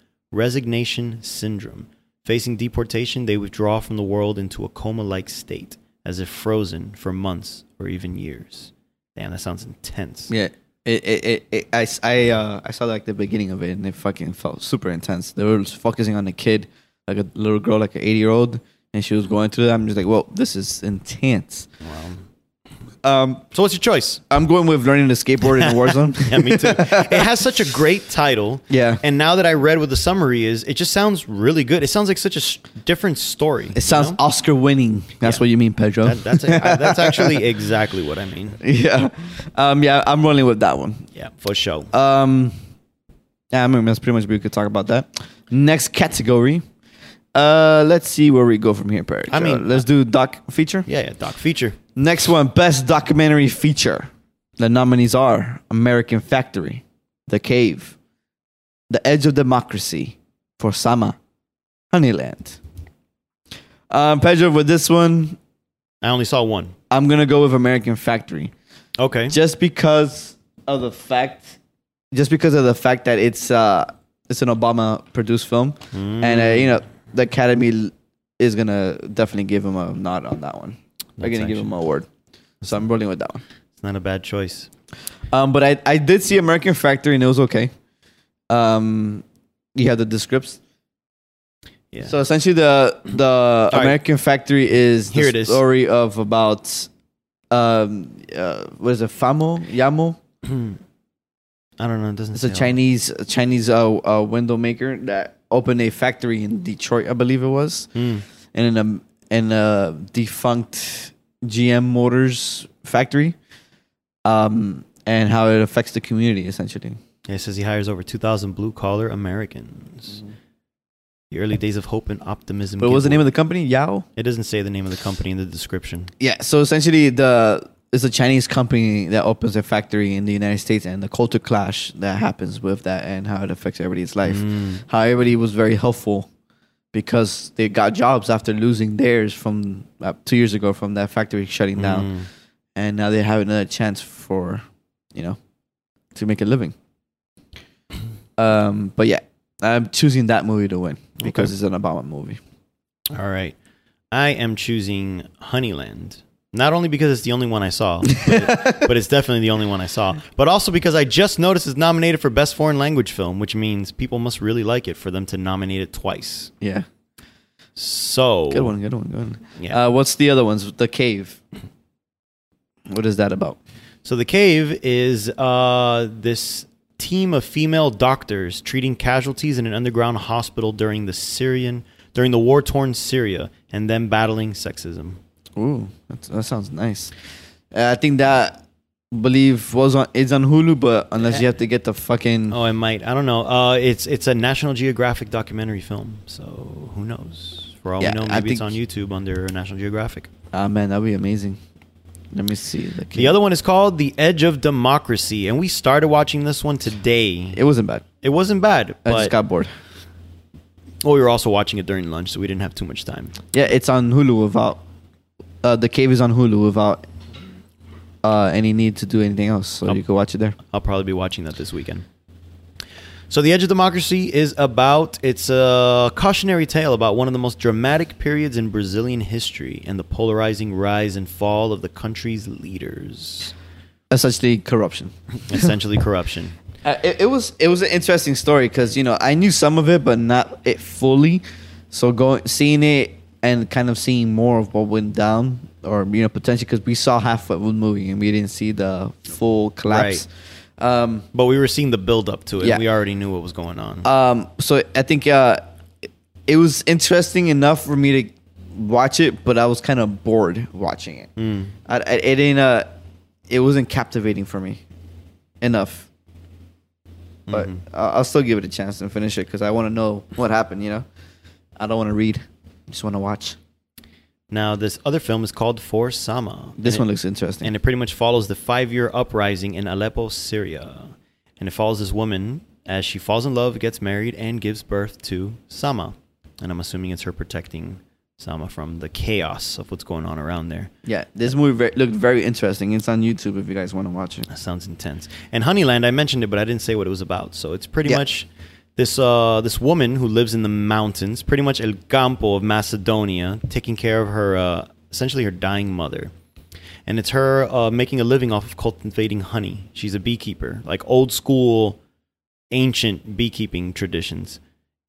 resignation syndrome. Facing deportation, they withdraw from the world into a coma like state, as if frozen for months or even years. Damn, that sounds intense. Yeah. It, it, it, it I, s- I, uh, I saw like the beginning of it and it fucking felt super intense. They were focusing on a kid, like a little girl, like an 80 year old, and she was going through that. I'm just like, well, this is intense. Wow. Um, So what's your choice? I'm going with learning to skateboard in a war (laughs) zone. (laughs) Yeah, me too. it has such a great title. Yeah. And now that I read what the summary is, it just sounds really good. It sounds like such a s- different story. It sounds Oscar winning. That's what you mean, Pedro. That, that's I- that's actually exactly what I mean. (laughs) yeah. Um, yeah, I'm rolling with that one. Yeah, for sure. Um, yeah, I mean, that's pretty much we could talk about that. Next category. Uh, let's see where we go from here, Perry. Uh, I mean- let's do doc feature. yeah, yeah, doc feature. Next one, best documentary feature. The nominees are American Factory, The Cave, The Edge of Democracy, For Sama, Honeyland. Um, Pedro, with this one, I only saw one. I'm gonna go with American Factory, Okay. just because of the fact, just because of the fact that it's uh, it's an Obama produced film, Mm. and uh, you know the Academy is gonna definitely give him a nod on that one. They're That's gonna give him an award, so I'm rolling with that one. It's not a bad choice. (clears throat) Um, but I, I did see American Factory and it was okay. Um, you have the descripts. Yeah. So essentially, the the right. American Factory is the Here it is. story of about um uh, what is it? Famo Yamo. I don't know. It doesn't. It's a say all- Chinese a Chinese uh, uh window maker that opened a factory in Detroit, I believe it was, Mm. and in a in a defunct GM Motors factory. Um, and how it affects the community essentially. Yeah, it says he hires over 2,000 blue collar Americans. The early days of hope and optimism. Mm-hmm. But what was the name of the company? Yao. It doesn't say the name of the company in the description. Yeah. So essentially, the it's a Chinese company that opens a factory in the United States, and the culture clash that happens with that, and how it affects everybody's life. Hmm. How everybody was very helpful because they got jobs after losing theirs from uh, two years ago from that factory shutting Mm-hmm. down, Hmm. and now they have another chance for you know to make a (clears throat) living. Um, but yeah, I'm choosing that movie to win because it's an Obama movie. All right. I am choosing Honeyland. Not only because it's the only one I (laughs) saw, but, it- (laughs) but it's definitely the only one I saw, but also because I just noticed it's nominated for Best Foreign Language Film, which means people must really like it for them to nominate it twice. Yeah, So, good one, good one, good one. Yeah. Uh, what's the other ones? The cave. What is that about? So the cave is uh, this team of female doctors treating casualties in an underground hospital during the Syrian during the war-torn Syria and then battling sexism. Ooh, that's, that sounds nice. Uh, I think that believe was on it's on Hulu, but unless you have to get the fucking Oh, I might. I don't know. Uh, it's it's a National Geographic documentary film, so who knows? For all Yeah, we know, I maybe it's think- on YouTube under National Geographic. ah man, that'd be amazing. Let me see the The other one is called The Edge of Democracy, and we started watching this one today. It wasn't bad. It wasn't bad, I just but got bored. well, we were also watching it during lunch, so we didn't have too much time. Yeah, it's on Hulu without. Uh, the cave is on Hulu without uh, any need to do anything else, so Oh. you can watch it there. I'll probably be watching that this weekend. So, The Edge of Democracy is about it's a cautionary tale about one of the most dramatic periods in Brazilian history and the polarizing rise and fall of the country's (laughs) leaders, Essentially, corruption. essentially corruption. Uh, it, it was it was an interesting story because you know I knew some of it but not it fully. So going seeing it and kind of seeing more of what went down, or you know potentially because we saw half of the movie and we didn't see the full collapse. Um, But we were seeing the build up to it. Yeah. We already knew what was going on. um, so I think uh, it, it was interesting enough for me to watch it, but I was kind of bored watching it. I, I, it ain't uh, it wasn't captivating for me enough. But I I'll still give it a chance and finish it because I want to know what happened. You know, I don't want to read; I just want to watch. now, this other film is called For Sama. This And one it- looks interesting. and it pretty much follows the five-year uprising in Aleppo, Syria, and it follows this woman as she falls in love, gets married, and gives birth to Sama. And I'm assuming it's her protecting Sama from the chaos of what's going on around there. yeah, this movie very, looked very interesting. It's on YouTube if you guys want to watch it. That sounds intense. And Honeyland, I mentioned it, but I didn't say what it was about. So it's pretty Yeah. much this uh, this woman who lives in the mountains, pretty much El Campo of Macedonia, taking care of her uh, essentially her dying mother. And it's her uh, making a living off of cultivating honey. She's a beekeeper, like old school, ancient beekeeping traditions,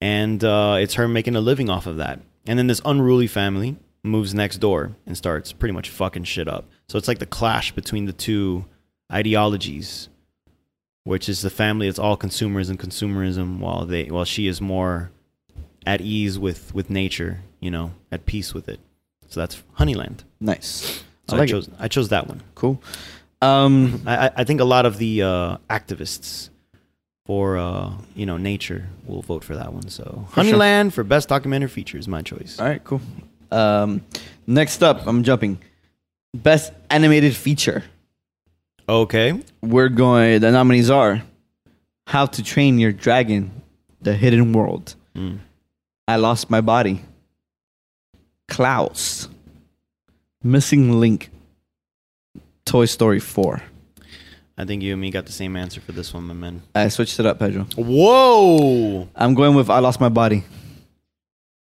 and uh, it's her making a living off of that. And then this unruly family moves next door and starts pretty much fucking shit up. So it's like the clash between the two ideologies, which is the family is all consumers and consumerism, while they while she is more at ease with with nature, you know, at peace with it. So that's Honeyland. Nice. So I, like it. chose I chose that one. Cool. Um, I, I- I think a lot of the uh, activists for uh, you know nature will vote for that one. So For sure. Honeyland for best documentary feature is my choice. all right, cool. Um, next up, I'm jumping. Best animated feature. Okay. We're going. The nominees are How to Train Your Dragon, The Hidden World, Mm. I Lost My Body, Klaus, Missing Link, Toy Story 4. I think you and me got the same answer for this one, my man. I switched it up, Pedro. Whoa! I'm going with I Lost My Body.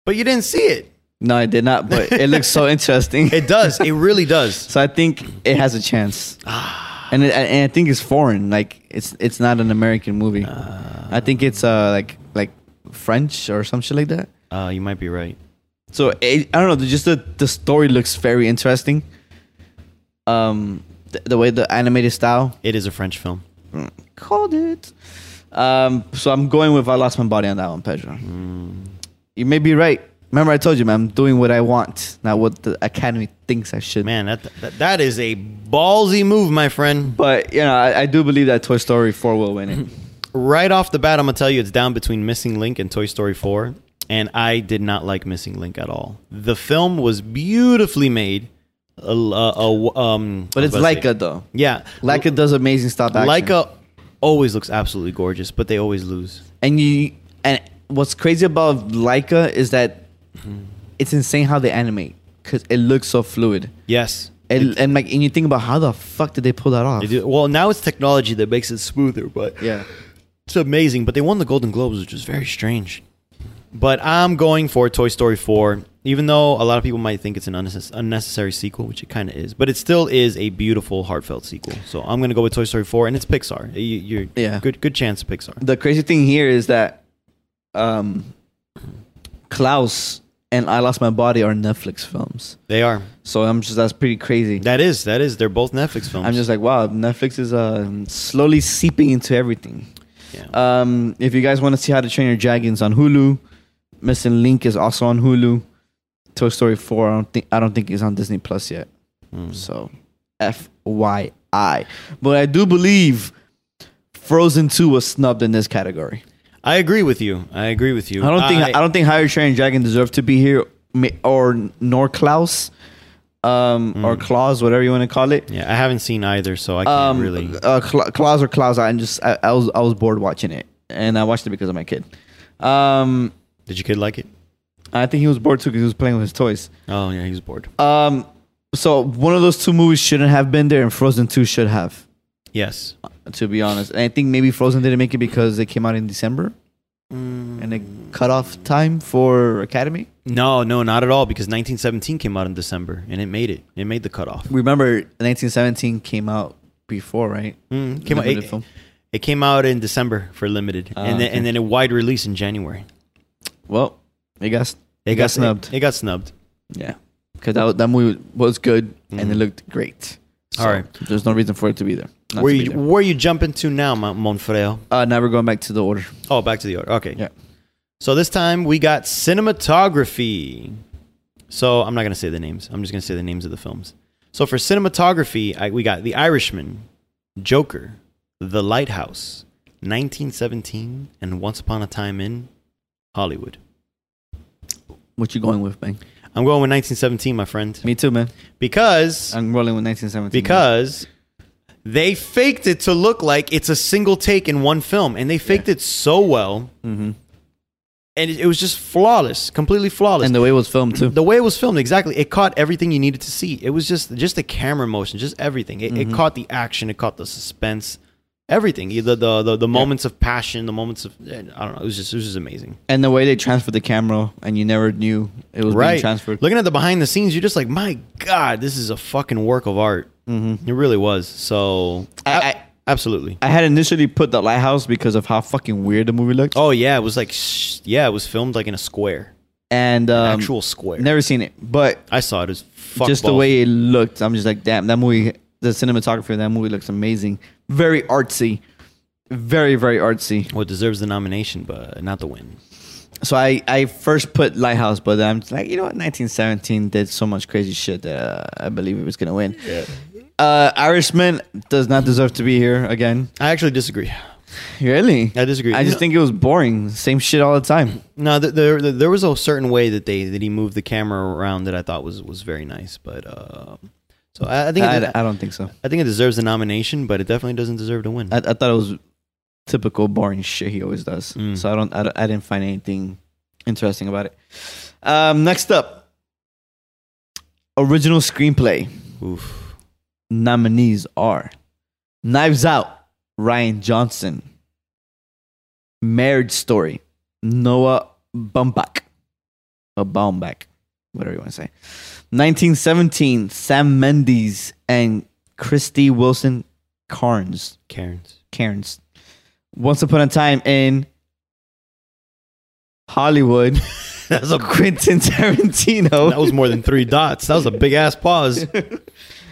But you didn't see it. No, I did not, but it looks (laughs) so interesting. It does. It really does. (laughs) So I think it has a chance. and, it, and I think it's foreign. Like it's it's not an American movie. I think it's uh like like French or some shit like that. Uh, you might be right. So it, I don't know. the- Just the the story looks very interesting. Um, the, the way the animated style It is a French film. called it. Um, so I'm going with I lost my body on that one, Pedro. You may be right. Remember, I told you, man, I'm doing what I want, not what the academy thinks I should. Man, that, that that is a ballsy move, my friend. But you know, I, I do believe that Toy Story 4 will win it. Right off the bat, I'm gonna tell you it's down between Missing Link and Toy Story 4, and I did not like Missing Link at all. The film was beautifully made, a, a- a- um, But it's I was about to say- Leica though. yeah, Leica does amazing stop action. Leica always looks absolutely gorgeous, but they always lose. and you and what's crazy about Leica is that it's insane how they animate because it looks so fluid. Yes, And, and like, and you think about how the fuck did they pull that off? they do. Well, now it's technology that makes it smoother, but Yeah, It's amazing, but they won the Golden Globes, which is very strange. But I'm going for Toy Story 4, even though a lot of people might think it's an unnecess- unnecessary sequel, which it kind of is. But it still is a beautiful, heartfelt sequel. So I'm going to go with Toy Story 4, and it's Pixar. You, you're Yeah. good, good chance of Pixar. the crazy thing here is that um, Klaus and I Lost My Body are Netflix films, They are. so I'm just that's pretty crazy. That is. That is. They're both Netflix films. I'm just like, wow, Netflix is uh, slowly seeping into everything. Yeah. Um, if you guys want to see How to Train Your Dragons on Hulu, Missing Link is also on Hulu. Toy Story Four, I don't think I don't think it's on Disney Plus yet. So, FYI, but I do believe Frozen Two was snubbed in this category. I agree with you. I agree with you. I don't think I, don't think How to Train Your Dragon deserved to be here, ma- or nor Klaus, um, or Claus, whatever you want to call it. Yeah, I haven't seen either, so I can't Um, really. uh, Cla- Klaus or Klaus, I just I, I was I was bored watching it, and I watched it because of my kid. Um, Did your kid like it? I think he was bored too because he was playing with his toys. Oh yeah, he was bored. Um, so one of those two movies shouldn't have been there, and Frozen Two should have, yes. to be honest. And I think maybe Frozen didn't make it because it came out in December and it cut off time for Academy. No, no, not at all. Because 1917 came out in December, and it made it. It made the cutoff. Remember, 1917 came out before, right? Mm, came out, Limited it, film. Ah, it came out in December for limited, and then and then a wide release in January. Well, it got it, got, snubbed. It, got snubbed. yeah, because that, that movie was good and it looked great. All right. there's no reason for it to be there. Not Where to be you there. where you jumping to now, Mon- Monfreo? Uh, now we're going back to the order. Oh, back to the order. Okay. Yeah. So this time we got cinematography. So I'm not gonna say the names. I'm just gonna say the names of the films. So for cinematography, I, we got The Irishman, Joker, The Lighthouse, 1917, and Once Upon a Time in Hollywood. What you going with, man? I'm going with 1917, my friend, Me too, man. because I'm rolling with 1917. because they faked it to look like it's a single take in one film, and they faked it so well, Mm-hmm. and it, it was just flawless, completely flawless. and And the way it was filmed too. the way it was filmed, exactly, it caught everything you needed to see. It was just just the camera motion, just everything. It, Mm-hmm. it caught the action, it caught the suspense, everything. The the the, the moments of passion, the moments of eh, I don't know. It was just it was just amazing. and the way they transferred the camera, and you never knew it was being transferred. Looking at the behind the scenes, you're just like, my God, this is a fucking work of art. It really was. So, Mm-hmm. I- a- I- absolutely. I had initially put the lighthouse because of how fucking weird the movie looked. oh yeah, it was like, sh- yeah, it was filmed like in a square. and um, actual square. never seen it, but I saw it. It was fuck just the balls. way it looked, I'm just like, damn, that movie, the cinematography of that movie looks amazing, very artsy, very very artsy. Well, it deserves the nomination, but not the win. So I I first put Lighthouse, but I'm just like, you know what, 1917 did so much crazy shit that uh, I believe it was gonna win. Uh, Irishman does not deserve to be here again. I actually disagree. Really? I disagree. I just No. think it was boring. Same shit all the time. No, th- there th- there was a certain way that they that he moved the camera around that I thought was was very nice, but uh, so I, I think I, it, I don't think so. I think it deserves the nomination, but it definitely doesn't deserve to win. I, I thought it was typical boring shit he always does. Mm. So I don't, I don't- I didn't find anything interesting about it. Um, next up, original screenplay Oof. nominees are Knives Out, Ryan Johnson, Marriage Story, Noah Baumbach, or Baumbach, whatever you want to say. 1917, Sam Mendes and Christy Wilson Carnes. Karens. Karens. Once upon a time in Hollywood, (laughs) That's a, Quentin Tarantino. that was more than three (laughs) dots. That was a big ass pause.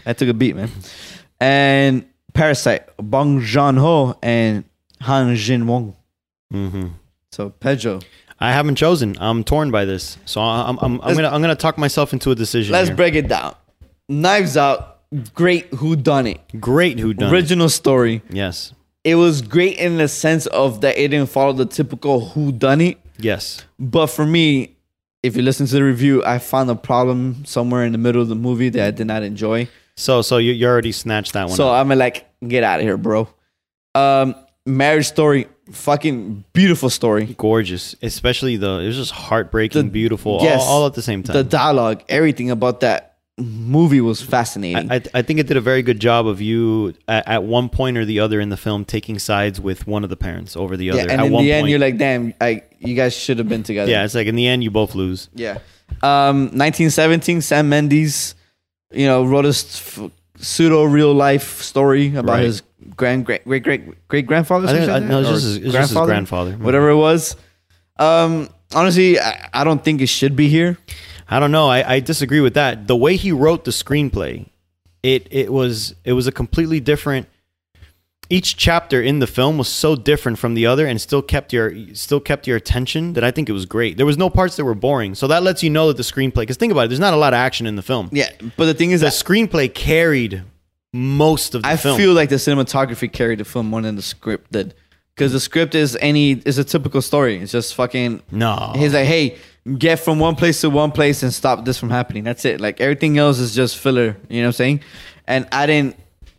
I took a beat, man. And Parasite, Bong Joon Ho and Han Jin Wong. hmm So Pedro, I haven't chosen. I'm torn by this, so I- I'm I'm, I'm gonna I'm gonna talk myself into a decision. let's here. break it down. Knives Out, great who done it. Great, who done? Original story. yes, It was great in the sense of that it didn't follow the typical who done it. yes. But for me, if you listen to the review, I found a problem somewhere in the middle of the movie that I did not enjoy. So so you, you already snatched that one. So up. I'm like, get out of here, bro. Um, marriage story, fucking beautiful story. gorgeous, especially the it was just heartbreaking, beautiful, all- yes. all, at the same time. The dialogue, everything about that movie was fascinating. I, I think it did a very good job of you at, at one point or the other in the film taking sides with one of the parents over the other. yeah, and at in the one end, point, you're like, damn, I, you guys should have been together. yeah, it's like in the end you both lose. Yeah. Um, 1917, Sam Mendes, you know, wrote a s- f- pseudo real life story about Right. his grand great great great great grandfather. I think- I- no, it's just his- it's just his grandfather. Mm-hmm. whatever it was. Um, honestly, I, I don't think it should be here. I don't know. I, I disagree with that. The way he wrote the screenplay, it it was it was a completely different. Each chapter in the film was so different from the other, and still kept your still kept your attention. That I think it was great. There was no parts that were boring, so that lets you know that the screenplay. Because think about it, there's not a lot of action in the film. Yeah, but the thing is The that screenplay carried most of the I film. feel like the cinematography carried the film more than the script did, because the script is any is a typical story. It's just fucking no, He's like, hey, get from one place to one place and stop this from happening. That's it. Like everything else is just filler. You know what I'm saying? And I didn't,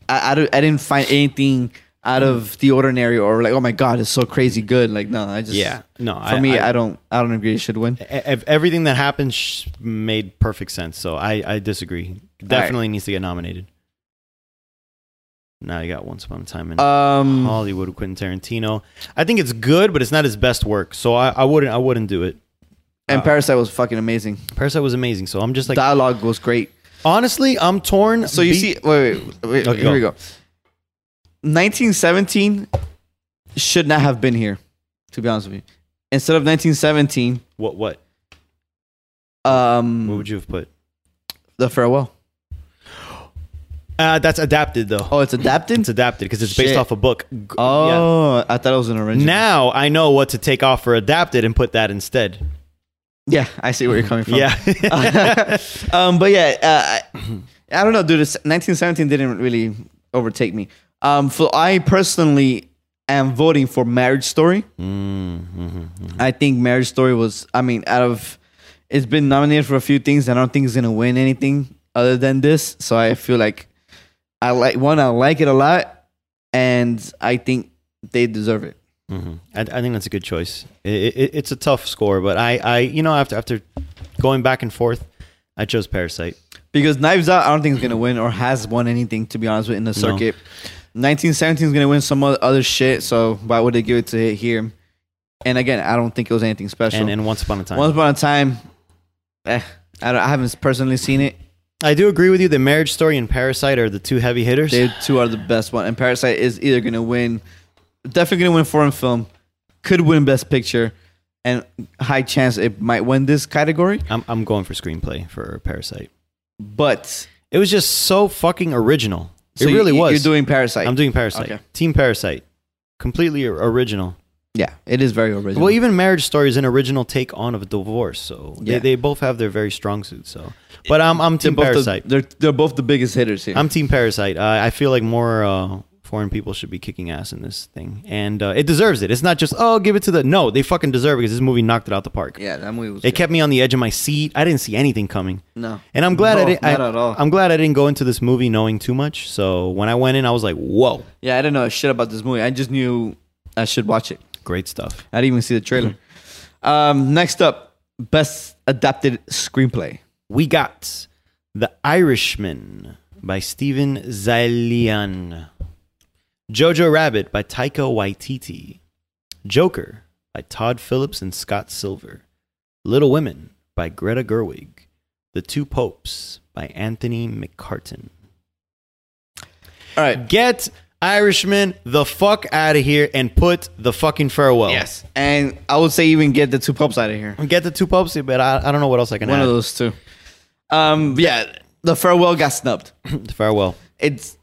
I, I, don't- I didn't find anything out of the ordinary or like, oh my god, it's so crazy good. Like no, I just Yeah. No, For I- me, I- I, don't, I don't agree. It should win. E- ev- everything that happened sh- made perfect sense. So I, I disagree. Definitely needs to get nominated. Now you got Once Upon a Time in Um, Hollywood, with Quentin Tarantino. I think it's good, but it's not his best work. So I, I wouldn't I wouldn't do it. and Parasite was fucking amazing. Parasite was amazing. So I'm just like Dialogue was great. honestly, I'm torn. So you Be- see, wait, wait, wait, Okay, here we go. go. 1917 should not have been here. To be honest with you, instead of 1917, what what um, what would you have put? The Farewell. Uh, that's adapted though. Oh, it's adapted. It's adapted because it's based Shit. off a book. G- yeah. oh, I thought it was an original. Now I know what to take off for adapted and put that instead. yeah, I see where you're coming from. Yeah. um, but yeah, uh, I- I don't know, dude. It's 1917 didn't really overtake me. Um, for I personally am voting for Marriage Story. I think Marriage Story was. I mean, out of it's been nominated for a few things. I don't think it's gonna win anything other than this. So I feel like I like one. I like it a lot, and I think they deserve it. hmm I, I think that's a good choice. I it, it's a tough score, but I, I, you know, after after going back and forth, I chose Parasite. Because Knives Out, I don't think is gonna win or has won anything to be honest with in the circuit. 1917 is gonna win some o- other shit. So why would they give it to it here? And again, I don't think it was anything special. And, and Once Upon a Time. Once upon a time, eh, I, don't, I haven't personally seen it. I do agree with you that Marriage Story and Parasite are the two heavy hitters. They two are the best one, and Parasite is either gonna win, definitely gonna win foreign film, could win Best Picture, and high chance it might win this category. I'm I'm going for screenplay for Parasite. But It was just so fucking original. so it you- really you- was. You're doing Parasite. I'm doing Parasite. Okay. Team Parasite. Completely or- original. yeah, it is very original. Well, even Marriage Story is an original take on of a divorce. So Yeah. they, they both have their very strong suits. So, but I'm I'm they're Team both Parasite. The, they're they're both the biggest hitters here. I'm Team Parasite. Uh, I feel like more uh, foreign people should be kicking ass in this thing, and uh, it deserves it. It's not just oh, give it to the no. They fucking deserve it because this movie knocked it out the park. yeah, that movie was. It good. kept me on the edge of my seat. I didn't see anything coming. no, And I'm glad I No, didn't. Not I, at all. I'm glad I didn't go into this movie knowing too much. So when I went in, I was like, "Whoa, yeah, I didn't know shit about this movie. I just knew I should watch it. great stuff!" I didn't even see the trailer. Mm-hmm. um, next up, best adapted screenplay. We got The Irishman by Steven Zaillian, Jojo Rabbit by Taika Waititi, Joker by Todd Phillips and Scott Silver, Little Women by Greta Gerwig, The Two Popes by Anthony McCartan. All right. Get Irishman the fuck out of here and put the fucking farewell. Yes, Oh. and I would say even get the two pops out of here. Get the two popes, but I, I don't know what else I can One add. of those two. Um, yeah, the farewell got snubbed. the farewell. It's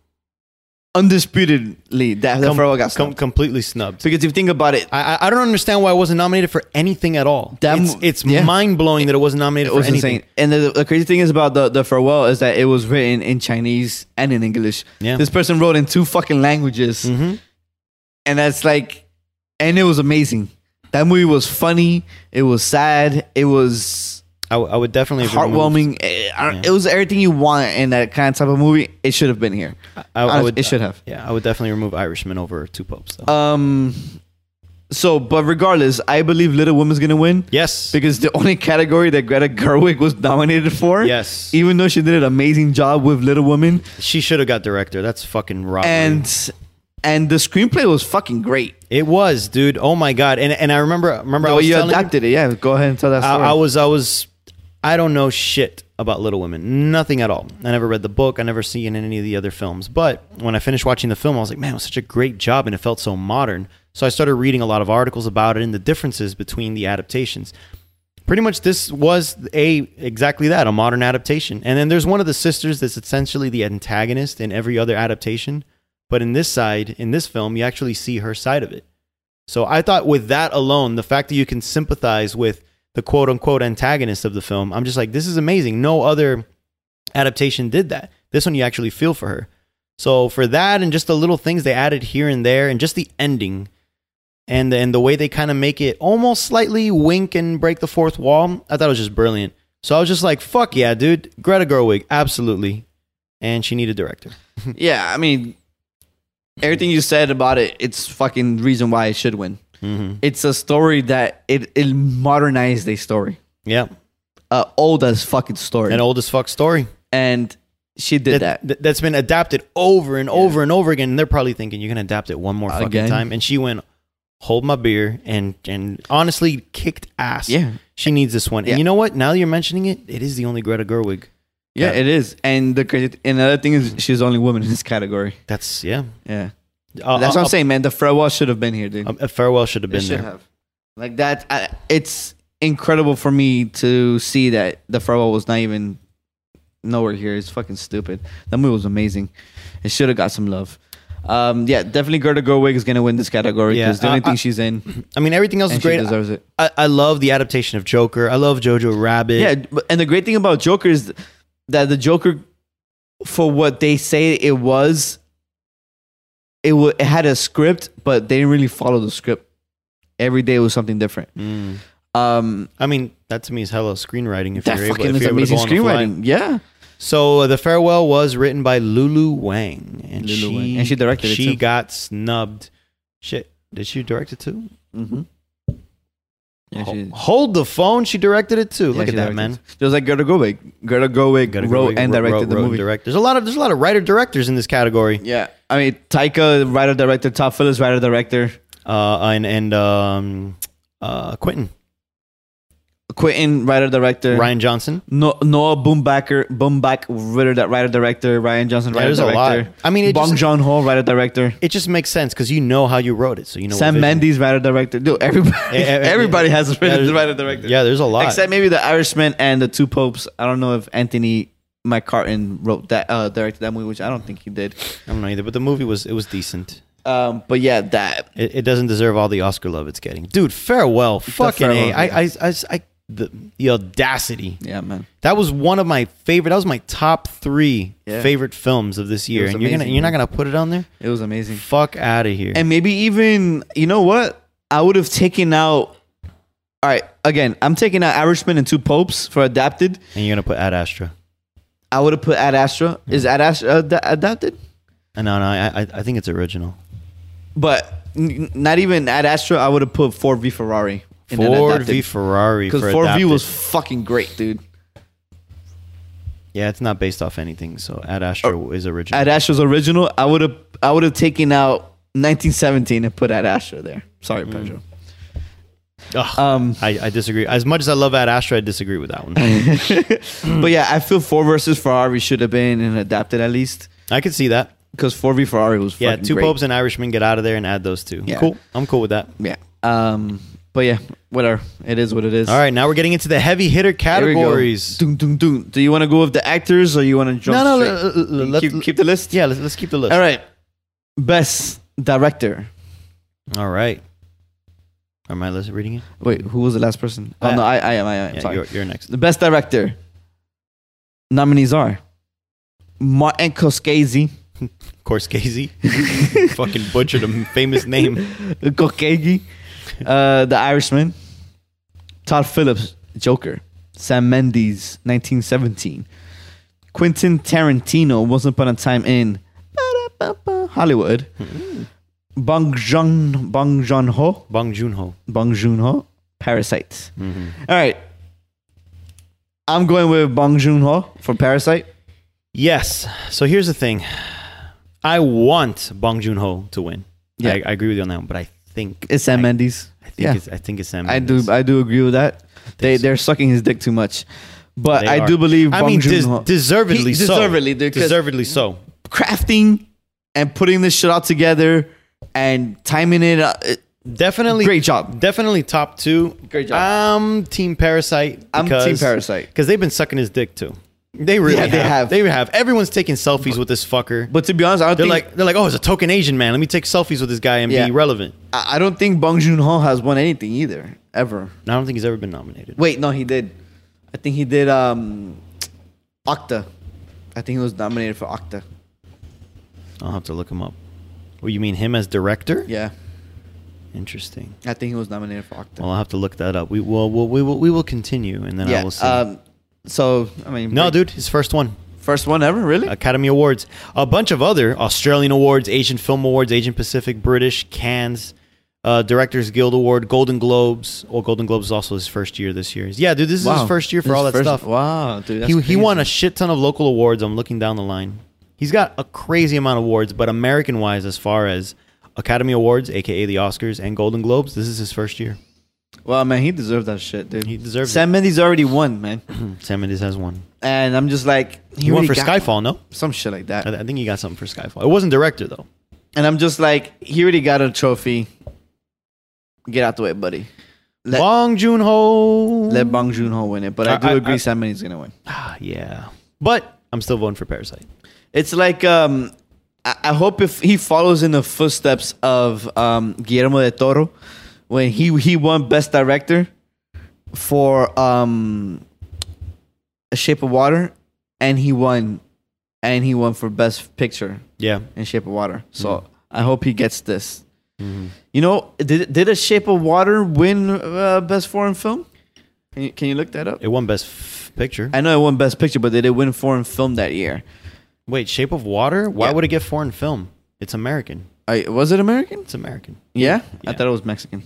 undisputedly that the farewell got Com- snubbed. completely snubbed. because if you think about it, I, I- I don't understand why I wasn't nominated for anything at all. That it's mo- it's yeah. mind blowing that it wasn't nominated it was for anything. insane. And the, the crazy thing is about the, the farewell is that it was written in Chinese and in English. Yeah. This person wrote in two fucking languages, Mhm. and that's like, and it was amazing. That movie was funny. It was sad. It was I, w- I would definitely have removed- heartwarming. It, I don't- it was everything you want in that kind of type of movie. It should have been here. I, I Honest- would, it should have. Yeah, I would definitely remove Irishman over Two Popes. Though. Um. So, but regardless, I believe Little Women's gonna win yes, because the only category that Greta Gerwig was nominated for, yes, even though she did an amazing job with Little Women, she should have got director. That's fucking robbery. and and the screenplay was fucking great. it was, dude. Oh my god. And and I remember remember I The way was you telling you- adapted it, yeah. Go ahead and tell that story. (laughs) I, I was I was I don't know shit about Little Women. Nothing at all. I never read the book. I never seen any of the other films. But when I finished watching the film, I was like, man, it was such a great job and it felt so modern. So I started reading a lot of articles about it and the differences between the adaptations. Pretty much this was a exactly that, a modern adaptation. And then there's one of the sisters that's essentially the antagonist in every other adaptation. But in this side, in this film, you actually see her side of it. So I thought with that alone, the fact that you can sympathize with the quote unquote antagonist of the film, I'm just like, this is amazing. No other adaptation did that. This one you actually feel for her. So for that and just the little things they added here and there and just the ending and and the way they kind of make it almost slightly wink and break the fourth wall, I thought it was just brilliant. So I was just like, fuck yeah, dude. Greta Gerwig, absolutely. And she needed a director. yeah, I mean, everything you said about it, it's fucking reason why it should win. Mm-hmm. It's a story that it, it modernized a story, Yeah. uh, old as fucking story, An old as fuck story. and she did that. that has been adapted over and over and over again. And they're probably thinking you're gonna adapt it one more fucking Again. time. And she went, hold my beer, and and honestly kicked ass. Yeah. she needs this one. Yeah. And you know what? Now that you're mentioning it, it is the only Greta Gerwig. Yeah, it is. And the crazy and the other thing is she's the only woman in this category. That's yeah. Yeah. Uh, That's uh, what I'm saying, man. The farewell should have been here, dude. uh, uh, farewell should have been there. have. Like that I, it's incredible for me to see that the farewell was not even nowhere here. It's fucking stupid. That movie was amazing. It should have got some love. Um, yeah, definitely Gerda Gerwig is gonna win this category Yeah, because the only I- thing I- she's in I mean, everything else and is great. she deserves it. I, I love the adaptation of Joker. I love Jojo Rabbit. Yeah, but- and the great thing about Joker is that the Joker, for what they say it was, it wa it had a script, but they didn't really follow the script. Every day was something different. Mm. Um, I mean, that to me is hella screenwriting. If that you're able, fucking if is you're able to amazing go on the fly. screenwriting. Yeah, So uh, the farewell was written by Lulu Wang, and Lulu she Wang. And she directed it, She too. got snubbed. Shit, did she direct it too? mm-hmm. yeah, Ho- she, hold, the phone. She directed it too. yeah, Look she at that directed. man. Just like Greta Gerwig. Greta Gerwig Gotta go wrote re- and wrote- directed wrote- the wrote, movie. direct. There's a lot of there's a lot of writer directors in this category. Yeah, I mean Taika, writer director, Todd Phillips, writer director, Uh, and and um, uh, Quentin Quentin, writer director. Ryan Johnson. No, Noah Boombacker, Boomback, writer, that writer director. Ryan Johnson, Yeah, writer there's a lot. director. I mean, it Bong just- Joon Ho, writer director. It just makes sense because you know how you wrote it, so you know. what Sam vision- Mendes, writer director. Dude, everybody, Eh, eh, eh, everybody has a yeah, writer, there's- writer director. Yeah, there's a lot. Except maybe the Irishman and the Two Popes. I don't know if Anthony McCartan wrote that, uh, directed that movie, which I don't think he did. I don't know either, but the movie was it was decent. Um, but yeah, that It, it doesn't deserve all the Oscar love it's getting, dude. Farewell, fucking Farewell, a. I, I, yeah. I, I- the, the audacity. yeah, man. That was one of my favorite. That was my top three Yeah. favorite films of this year, was and you're gonna amazing, you're not gonna put it on there. It was amazing. Fuck out of here. And maybe even you know what? I would have taken out all right, again, I'm taking out Irishman and two popes for adapted. And you're gonna put Ad Astra. I would have put Ad Astra. Is Ad Astra ad- adapted? Uh, No, no, I, I I think it's original. But n- n- not even Ad Astra. I would have put Ford v Ferrari. in an Ford adapted. v Ferrari. Because for 4V adapted. was fucking great, dude. yeah, it's not based off anything. So Ad Astra is original. Oh. Ad Astra's original. I would have I would have taken out 1917 and put Ad Astra there. Sorry, Mm. Pedro. Ugh, Um, I, I disagree. As much as I love Ad Astra, I disagree with that (laughs) one. but yeah, I feel Ford versus Ferrari should have been an adapted at least I could see that. because Ford v Ferrari was Yeah, fucking two great. popes and Irishmen get out of there and add those two. Yeah. Cool. I'm cool with that. Yeah. Um. But yeah, whatever. It is what it is. All right, now we're getting into the heavy hitter Here we go. categories. Doom, doom, doom. Do you want to go with the actors or you want to jump? No, no, straight? l- l- l- let- keep, keep the list. Yeah, let's, let's keep the list. All right. Best director. All right. Am I list- reading it? Wait, who was the last person? Oh I- no, I, I am. I am. Uh, Yeah, sorry. You're, you're next. The best director nominees are Martin Scorsese, Of course, (laughs) Casey. Fucking butchered a famous name. Kokegi, uh, The Irishman, Todd Phillips, Joker, Sam Mendes, 1917, Quentin Tarantino, Once Upon a Time in Hollywood, Hmm. Bong Joon Bong Joon Ho, Bong Joon Ho. Bong Joon Ho, Parasite. Mm-hmm. All right, I'm going with Bong Joon Ho for Parasite. Yes. So here's the thing. I want Bong Joon Ho to win. Yeah. I, I agree with you on that one, but I think It's Sam I- Mendes. I think Yeah. it's I think it's Sam. I do Mendes. I do agree with that. They so. they're sucking his dick too much. But They I are. do believe I Bong mean, des- Joon-ho- deservedly He- so. deservedly, dude, 'cause Deservedly so. crafting and putting this shit all together and timing it. Uh, it- Definitely Great job. Definitely top two. Great job. I'm Team Parasite. I'm because- Team Parasite. because they've been sucking his dick too. They really Yeah, have. they have. They have. Everyone's taking selfies with this fucker. But to be honest, I don't they're think like they're like, oh, it's a token Asian man. Let me take selfies with this guy and Yeah. be relevant. I I don't think Bong Joon Ho has won anything either ever. And I don't think he's ever been nominated. Wait, no, he did. I think he did um Octa. I think he was nominated for Octa. I'll have to look him up. Well, you mean him as director? Yeah, Interesting. I think he was nominated for Octa. Well, I'll have to look that up. We will. We'll, we will. We will continue, and then I yeah. will see. Um. So I mean, no, great. dude, his first one. First one ever, really? Academy Awards, a bunch of other Australian awards, Asian Film Awards, Asian Pacific, British, Cannes, uh, Directors Guild Award, Golden Globes. Well, Golden Globes is also his first year this year. Yeah, dude, this is his first year for His all that first- stuff. Wow, dude. he, that's he won crazy. a shit ton of local awards. I'm looking down the line. He's got a crazy amount of awards, but American wise, as far as Academy Awards, aka the Oscars, and Golden Globes, this is his first year. Well, man, he deserved that shit, dude. He deserves it. Sam Mendes already won, man. Sam Mendes has one. And I'm just like, He, won Hmm. already for got Skyfall, no? Some shit like I, that. I think he got something for Skyfall. It wasn't director, though. And I'm just like, he already got a trophy. Get out the way, buddy. Let, Bong Joon Ho. let Bong Joon Ho win it. But I, I- do I- agree I- Sam Mendes is going to win. Ah, yeah. But I'm still voting for Parasite. It's like, um, I, I hope if he follows in the footsteps of um, Guillermo de Toro when he, he won Best Director for um, A Shape of Water and he won. And he won for Best Picture. Yeah. in Shape of Water. So I hope he gets this. You know, did did a Shape of Water win uh, best foreign film? Can you, can you look that up? It won Best f- Picture. I know it won best picture, but did it win foreign film that year? Wait, Shape of Water? Why Yeah. would it get foreign film? It's American. I, was it American? It's American. Yeah? I Yeah. thought it was Mexican.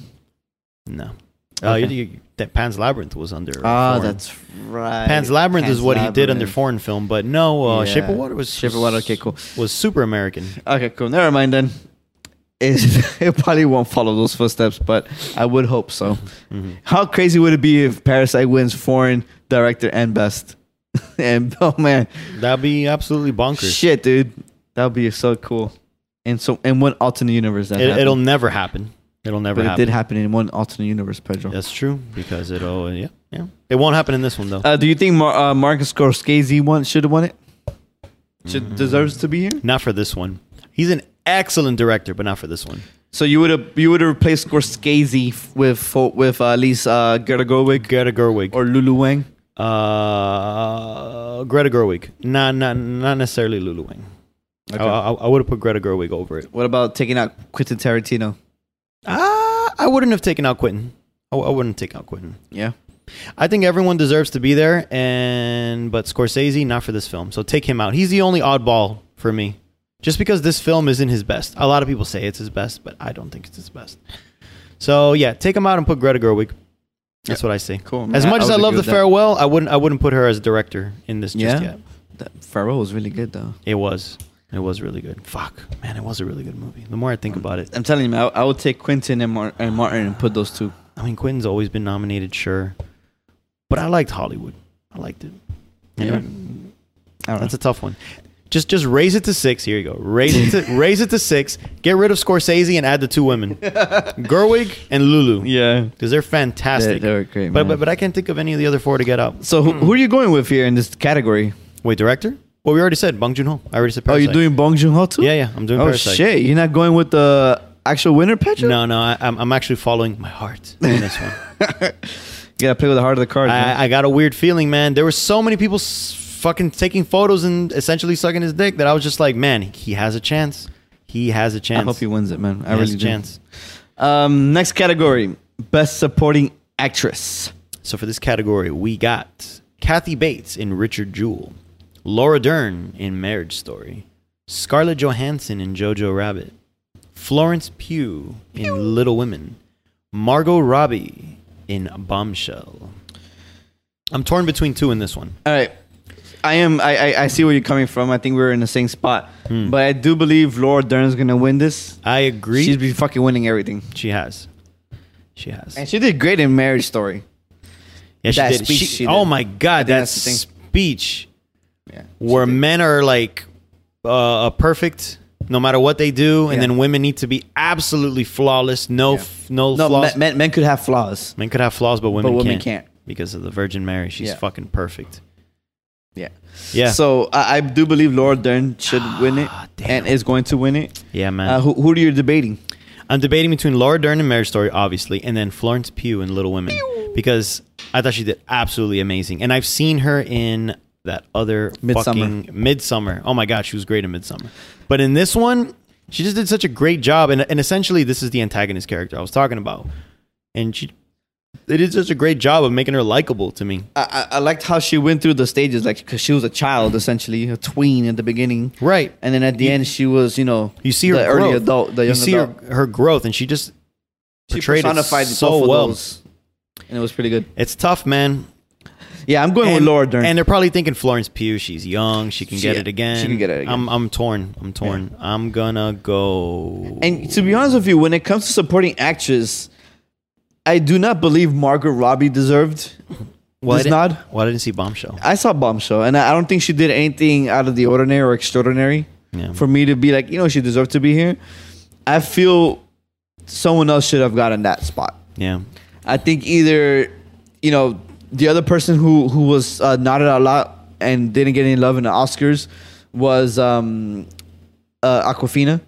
No. Oh, Okay. you, you, that Pan's Labyrinth was under. Ah, foreign. that's right. Pan's Labyrinth is Pan's what he did under Labyrinth. foreign film, but no, uh, Shape Yeah. of Water was Shape of Water, okay, cool. was super American. Okay, cool. Never mind then. is (laughs) it probably won't follow those footsteps, but I would hope so. How crazy would it be if Parasite wins foreign director and best? (laughs) and oh man, That'd be absolutely bonkers. shit, dude, that would be so cool. And so, in one alternate universe, that It, happened. it'll never happen. It'll never but it happen. did happen in one alternate universe, Pedro. That's true because it'll yeah yeah. It won't happen in this one though. Uh, do you think Mar- uh, Marcus Scorsese won? Should have won it. Should deserves to be here. not for this one. He's an excellent director, but not for this one. So you would have you would have replaced Scorsese f- with fo- with uh, at least uh, Greta Gerwig Greta Gerwig. or Lulu Wang. Uh, Greta Gerwig. Not not not necessarily Lulu Wang. I, I, I would have put Greta Gerwig over it. What about taking out Quentin Tarantino? Ah, I wouldn't have taken out Quentin. I, I wouldn't take out Quentin. Yeah. I think everyone deserves to be there, and but Scorsese not for this film. So take him out. He's the only oddball for me, just because this film isn't his best. A lot of people say it's his best, but I don't think it's his best. So yeah, take him out and put Greta Gerwig. That's what I say. Cool. As I- much I as would I love agree the with that. farewell, I wouldn't. I wouldn't put her as director in this just Yeah? yet. That Pharaoh was really good though. It was. It was really good. Fuck, man, it was a really good movie. The more I think about it, I'm telling you, I, I would take Quentin and, Mar- and Martin and put those two. I mean, Quentin's always been nominated, sure, but I liked Hollywood. I liked it. Yeah. I don't know. That's a tough one. Just just raise it to six. Here you go. Raise it (laughs) to raise it to six. Get rid of Scorsese and add the two women, Gerwig and Lulu, (laughs) yeah. because they're fantastic. They- they were great, But, man. but but I can't think of any of the other four to get out. So who, who are you going with here in this category? Wait, director? Well, we already said Bong Joon Ho. I already said. Oh, Parasite. you're doing Bong Joon Ho too? Yeah, yeah. I'm doing. Oh Parasite. shit! You're not going with the actual winner, Pedro? No, no. I, I'm I'm actually following my heart in this one. (laughs) You gotta play with the heart of the card. man. I, I got a weird feeling, man. There were so many people s- fucking taking photos and essentially sucking his dick that I was just like, man, he has a chance. He has a I chance. hope he wins it, man. I He has really a do. chance. Um, next category: best supporting actress. So for this category, we got Kathy Bates in Richard Jewell, Laura Dern in Marriage Story, Scarlett Johansson in Jojo Rabbit, Florence Pugh in Little Women, Margot Robbie in Bombshell. I'm torn between two in this one. All right. I am. I, I, I see where you're coming from. I think we're in the same spot, Hmm. but I do believe Laura Dern's gonna win this. I agree. She's been fucking winning everything, she has. She has. and she did great in Marriage Story. Yeah, she That did. speech She- she Oh did. my god, that that's the thing. speech Yeah. where men are like uh, perfect no matter what they do, and Yeah. then women need to be absolutely flawless. No, f- no, No, men, flaws. Men, men, men could have flaws. could have flaws, but women, women can't, can't. because of the Virgin Mary. She's Yeah. fucking perfect. Yeah. Yeah, Ah, So I, I do believe Laura Dern should win it damn. and is going to win it. yeah, man. Uh, who who are you debating? I'm debating between Laura Dern and Marriage Story, obviously, and then Florence Pugh in Little Women because I thought she did absolutely amazing, and I've seen her in that other Midsommar. fucking Midsummer. Oh my god, she was great in Midsummer, but in this one, she just did such a great job, and and essentially this is the antagonist character I was talking about, and she they did such a great job of making her likable to me. I, I I liked how she went through the stages, like because she was a child essentially, a tween at the beginning, Right. And then at the end, she was, you know, You see her the early growth. adult, the young you see adult. her her growth, and she just she portrayed personified it so both of well. those, and it was pretty good. It's tough, man. Yeah, I'm going with Laura Dern. And they're probably thinking Florence Pugh. She's young. She can She- get it again. she can get it again. I'm I'm torn. I'm torn. I'm gonna go. And to be honest with you, when it comes to supporting actress, I do not believe Margaret Robbie deserved Why this didn't- nod. Uh, Why didn't see Bombshell? I saw Bombshell, and I I don't think she did anything out of the ordinary or extraordinary Yeah. for me to be like, you know, she deserved to be here. I feel someone else should have gotten that spot. Yeah. I think either you know the other person who who was uh, nodded a lot and didn't get any love in the Oscars was um, uh, Aquafina.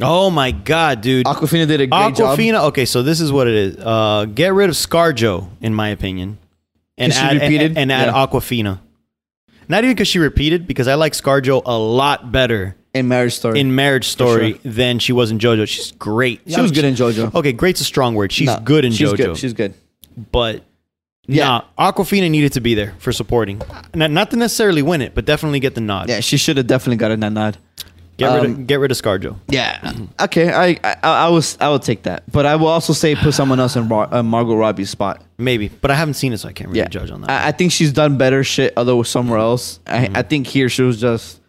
Oh my God, dude. Aquafina did a great job. Aquafina. Okay, so this is what it is. Uh, get rid of ScarJo, in my opinion, and Is she add and- repeated? and, add Yeah. Aquafina. Not even because she repeated, because I like ScarJo a lot better in Marriage Story. in Marriage Story sure. than she was in JoJo. She's great. She was good in JoJo. Okay, great's a strong word. She's No, good in she's JoJo. Good. She's good. but Yeah. yeah, Aquafina needed to be there for supporting, not, not to necessarily win it, but definitely get the nod. Yeah, she should have definitely gotten that nod. get rid um, of get rid of ScarJo. Yeah. Mm-hmm. Okay. I I, I was I would take that, but I will also say put someone else in Mar- uh, Margot Robbie's spot. Maybe, but I haven't seen it, so I can't really Yeah. judge on that. Mm-hmm. I, I think she's done better shit other somewhere else. I I think here she was just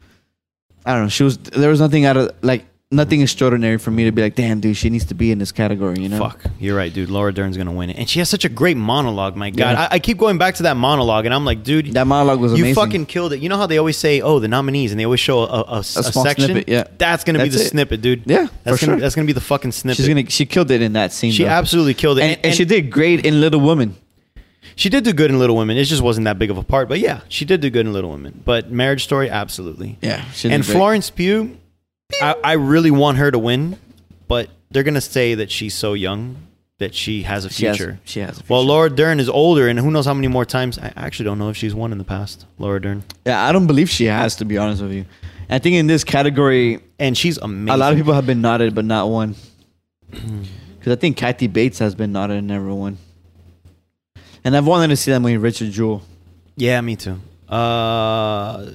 I don't know. She was there was nothing out of like Mm-hmm. nothing extraordinary for me to be like, damn, dude, she needs to be in this category, you know? Fuck, you're right, dude. Laura Dern's gonna win it, and she has such a great monologue. My God, Yeah. I, I keep going back to that monologue, and I'm like, dude, That monologue was you amazing. fucking killed it. You know how they always say, "Oh, the nominees," and they always show a, a, a, a small section. snippet, yeah. that's gonna be That's the it. snippet, dude. Yeah, for that's gonna sure. that's gonna be the fucking snippet. She's gonna. She killed it in that scene. she though. absolutely killed it, And, and, she did great in Little Woman. She did do good in Little Women. It just wasn't that big of a part, but yeah, she did do good in Little Women. But Marriage Story, absolutely. Yeah, she did And great. Florence Pugh, I, I really want her to win, but they're gonna say that she's so young that she has a She has- future. she has a Well, future. Laura Dern is older, and who knows how many more times? I actually don't know if she's won in the past, Laura Dern. Yeah, I don't believe she has to be honest with you. I think in this category, And she's amazing. a lot of people have been nodded, but not one. (clears throat) Because I think Kathy Bates has been nodded and never won. And I've wanted to see that movie, Richard Jewell. Yeah, me too. Uh,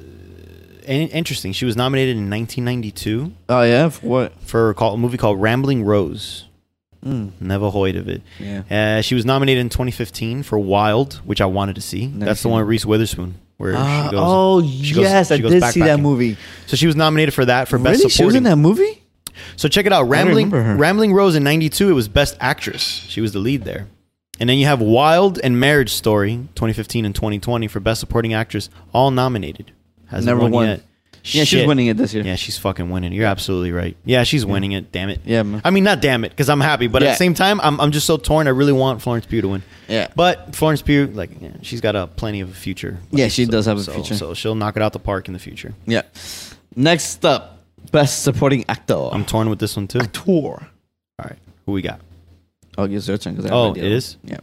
and interesting. She was nominated in 1992 Oh yeah, For what? for a, call, a movie called Rambling Rose. Mm. Never heard of it. Yeah. Uh, she was nominated in 2015 for Wild, which I wanted to see. Never That's the seen one it. with Reese Witherspoon, where Ah, she goes. oh she goes- yes, she goes I did see that backpacking. movie. So she was nominated for that for best Really, supporting. she was in that movie. So check it out. Rambling remember her. Rambling Rose in 92, it was Best Actress. She was the lead there. And then you have Wild and Marriage Story 2015 and 2020 for Best Supporting Actress, all nominated. Hasn't Never won, won. yet. Yeah, she's Shit. winning it this year. Yeah, she's fucking winning. You're absolutely right. Yeah, she's winning it. Damn it. Yeah, man. I mean, not damn it, because I'm happy, but at Yeah. the same time, I'm, I'm just so torn. I really want Florence Pugh to win. Yeah. But Florence Pugh, like, yeah, she's got a plenty of a future. Yeah, she So- does have a so- future. So she'll knock it out the park in the future. Yeah. Next up, best supporting actor. I'm torn with this one too. Actor. All right, who we got? Oh, you searching because I have Oh, an idea. it is? Yeah.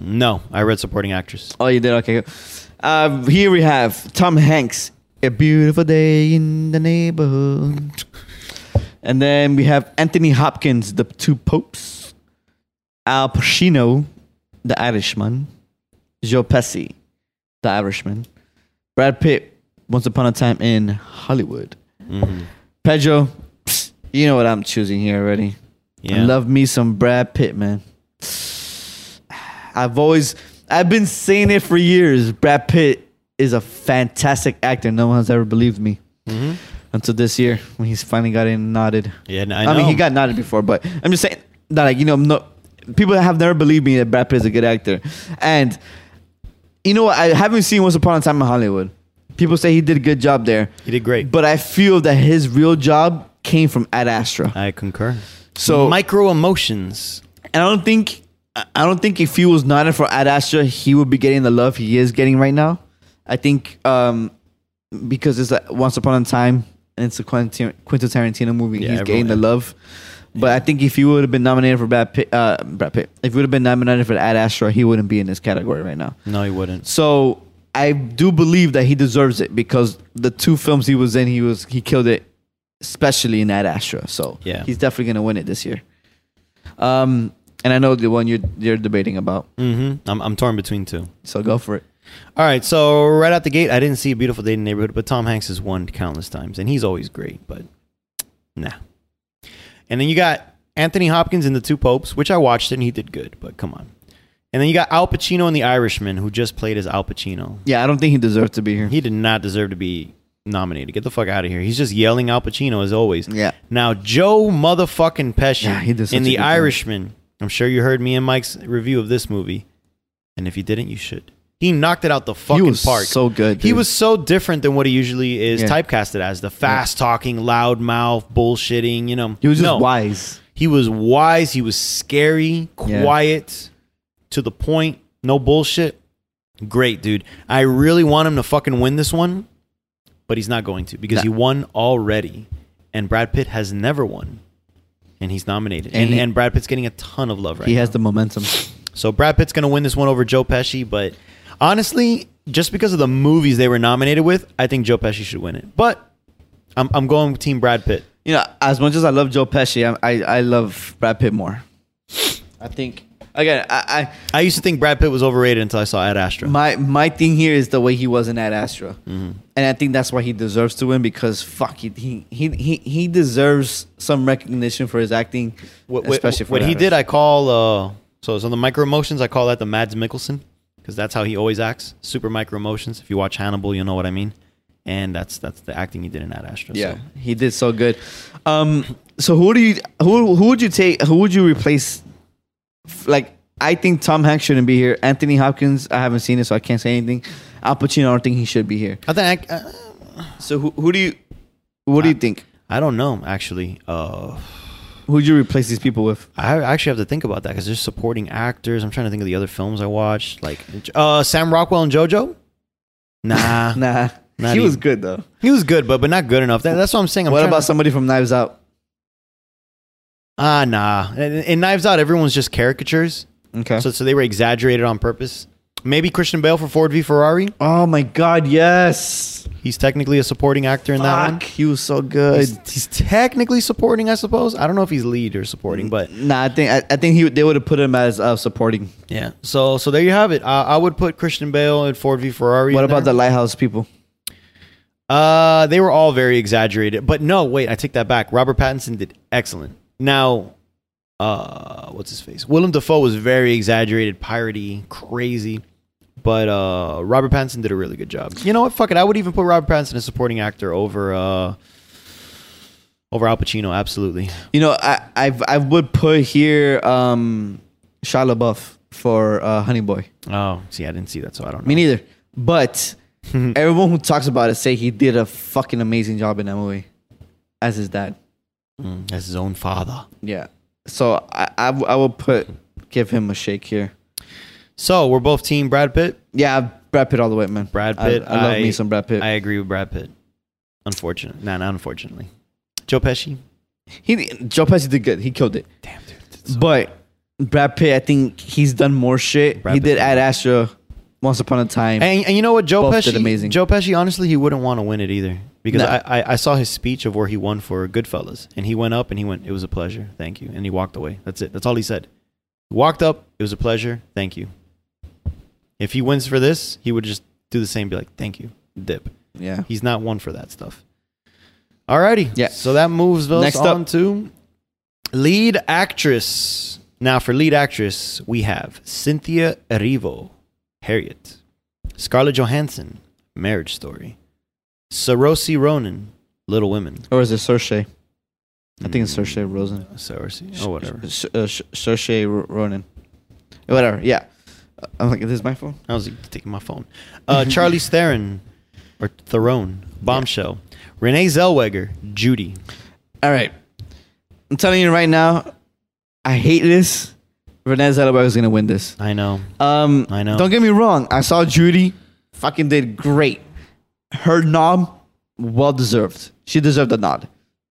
No, I read supporting actress. Oh, you did. Okay. Uh, here we have Tom Hanks. A beautiful day in the neighborhood. And then we have Anthony Hopkins, the two popes. Al Pacino, the Irishman. Joe Pesci, the Irishman. Brad Pitt, Once Upon a Time in Hollywood. Pedro, psst, you know what I'm choosing here already. Yeah. I love me some Brad Pitt, man. I've always, I've been saying it for years. Brad Pitt is a fantastic actor. No one has ever believed me until this year when he's finally got in nodded. Mm-hmm. Yeah, I mean, he know. got nodded before, but I'm just saying that, like, you know, no, people have never believed me that Brad Pitt is a good actor. And you know what? I haven't seen Once Upon a Time in Hollywood. People say he did a good job there. He did great. But I feel that his real job came from Ad Astra. I concur. So micro emotions. and I don't think I I don't think if he was nodded for Ad Astra, he would be getting the love he is getting right now. I think um, because it's a Once Upon a Time and it's a Quentin, Quentin Tarantino movie, Yeah, he's everyone- getting the love. But I think if he would have been nominated for Brad Pitt, uh, Brad Pitt, if he would have been nominated for Ad Astra, he wouldn't be in this category right now. No, he wouldn't. So I do believe that he deserves it because the two films he was in, he was he killed it, especially in Ad Astra. So Yeah. he's definitely gonna win it this year. Um, and I know the one you're you're debating about, hmm I'm, I'm torn between two. so go for it. All right, so right out the gate, I didn't see a beautiful day in the neighborhood, but Tom Hanks has won countless times, and he's always great, but nah. And then you got Anthony Hopkins in The Two Popes, which I watched and he did good, but come on. And then you got Al Pacino in The Irishman, who just played as Al Pacino. Yeah, I don't think he deserved to be here. He did not deserve to be nominated. Get the fuck out of here. He's just yelling Al Pacino as always. Yeah. Now Joe motherfucking Pesci Yeah, he did such in a The good job. Irishman. I'm sure you heard me and Mike's review of this movie, and if you didn't, you should. He knocked it out the fucking was park. so good, He dude. was so different than what he usually is Yeah. typecasted as the fast talking, loud mouth, bullshitting. You know, He was just No. wise. He was wise. He was scary, Yeah. quiet, to the point, no bullshit. Great, dude. I really want him to fucking win this one, but he's not going to because Nah. he won already. And Brad Pitt has never won. And he's nominated. And, And and, he- Brad Pitt's getting a ton of love right He now. has the momentum. So Brad Pitt's going to win this one over Joe Pesci, but honestly, just because of the movies they were nominated with, I think Joe Pesci should win it. But I'm, I'm going with Team Brad Pitt. You know, as much as I love Joe Pesci, I I, I love Brad Pitt more. I think again, I, I I used to think Brad Pitt was overrated until I saw Ad Astra. My my thing here is the way he wasn't at Astra, Mm-hmm. and I think that's why he deserves to win because fuck, he he he he, he deserves some recognition for his acting, what, what- especially for what that he did. I call uh, so so the micro emotions. I call that the Mads Mikkelsen because that's how he always acts. Super micro emotions. If you watch Hannibal, you'll know what I mean. And that's that's the acting he did in that Astra. yeah, so. he did so good. Um. So who do you who who would you take? Who would you replace? F- Like I think Tom Hanks shouldn't be here. Anthony Hopkins, I haven't seen it, so I can't say anything. Al Pacino, I don't think he should be here. I think I, uh, So who who do you what do you think? I don't know actually. Uh, Who'd you replace these people with? I actually have to think about that because there's supporting actors. I'm trying to think of the other films I watched, like uh, Sam Rockwell and JoJo. Nah, (laughs) Nah, Not he was even- good though. he was good, but but not good enough. That, that's what I'm saying. I'm what trying about to- somebody from Knives Out? ah nah? In, in Knives Out, everyone's just caricatures, Okay. so so they were exaggerated on purpose. Maybe Christian Bale for Ford v Ferrari. oh my God! Yes. He's technically a supporting actor in that one. Fuck, he was so good. He's, he's technically supporting, I suppose. I don't know if he's lead or Mm. supporting, but Nah, I think I, I think he would- they would have put him as uh, supporting. yeah. So so there you have it. I, I would put Christian Bale and Ford v Ferrari. What in about there. the lighthouse people? Uh, they were all very exaggerated. But no, wait, I take that back. Robert Pattinson did excellent. Now, uh, what's his face? Willem Dafoe was very exaggerated, piratey, crazy. But uh, Robert Pattinson did a really good job. You know what? Fuck it. I would even put Robert Pattinson as supporting actor over uh, over Al Pacino. Absolutely. You know, I I've, I would put here um, Shia LaBeouf for uh, Honey Boy. Oh, see, I didn't see that, so I don't know. Me neither. (laughs) But everyone who talks about it say he did a fucking amazing job in that movie as his dad. Mm, as his own father. Yeah. So I I, w- I would put give him a shake here. So we're both team Brad Pitt. Yeah, Brad Pitt all the way, man. Brad I- Pitt. I, love me some Brad Pitt. I agree with Brad Pitt. Unfortunately, nah, not unfortunately. Joe Pesci. he Joe Pesci did good. He killed it. Damn, dude. But Brad Pitt, I think he's done more shit. Brad he did Pitt. Ad Astra once upon a time. And, and you know what, Joe Both Pesci. did amazing. Joe Pesci. Honestly, he wouldn't want to win it either because No. I, I I saw his speech of where he won for Goodfellas, and he went up and he went, "It was a pleasure, thank you," and he walked away. That's it. That's all he said. He walked up. It was a pleasure, thank you. If he wins for this, he would just do the same, be like, "Thank you," dip. yeah. He's not one for that stuff. Alrighty. Yeah. So that moves us Next on up. to lead actress. Now for lead actress, we have Cynthia Erivo, Harriet, Scarlett Johansson, Marriage Story, Saoirse Ronan, Little Women. Mm. Or is it Cersei? I think it's Cersei Rosen. Saoirse. Hmm. Oh, whatever. S- uh, Sh- Saoirse Ro- Ronan. Whatever. Yeah. I'm like, is this my phone? I was taking my phone. Uh, (laughs) Charlie Theron or Theron, Bombshell, Renee Zellweger, Judy. All right. I'm telling you right now, I hate this. Renee Zellweger is gonna win this. I know. Um, I know. Don't get me wrong. I saw Judy. Fucking did great. Her nod, well deserved. She deserved a nod.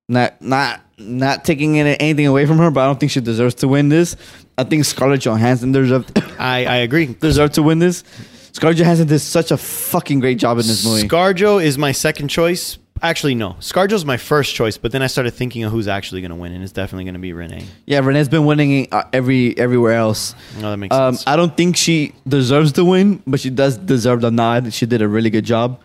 Not not not taking any- anything away from her, but I don't think she deserves to win this. I think Scarlett Johansson deserved I, I agree. (laughs) deserved to win this. Scarlett Johansson did such a fucking great job in this movie. Scarjo is my second choice. Actually, no. Scarjo's my first choice, but then I started thinking of who's actually going to win, and it's definitely going to be Renee. yeah, Renee's been winning uh, every everywhere else. No, that makes Um, sense. I don't think she deserves to win, but she does deserve the nod. She did a really good job.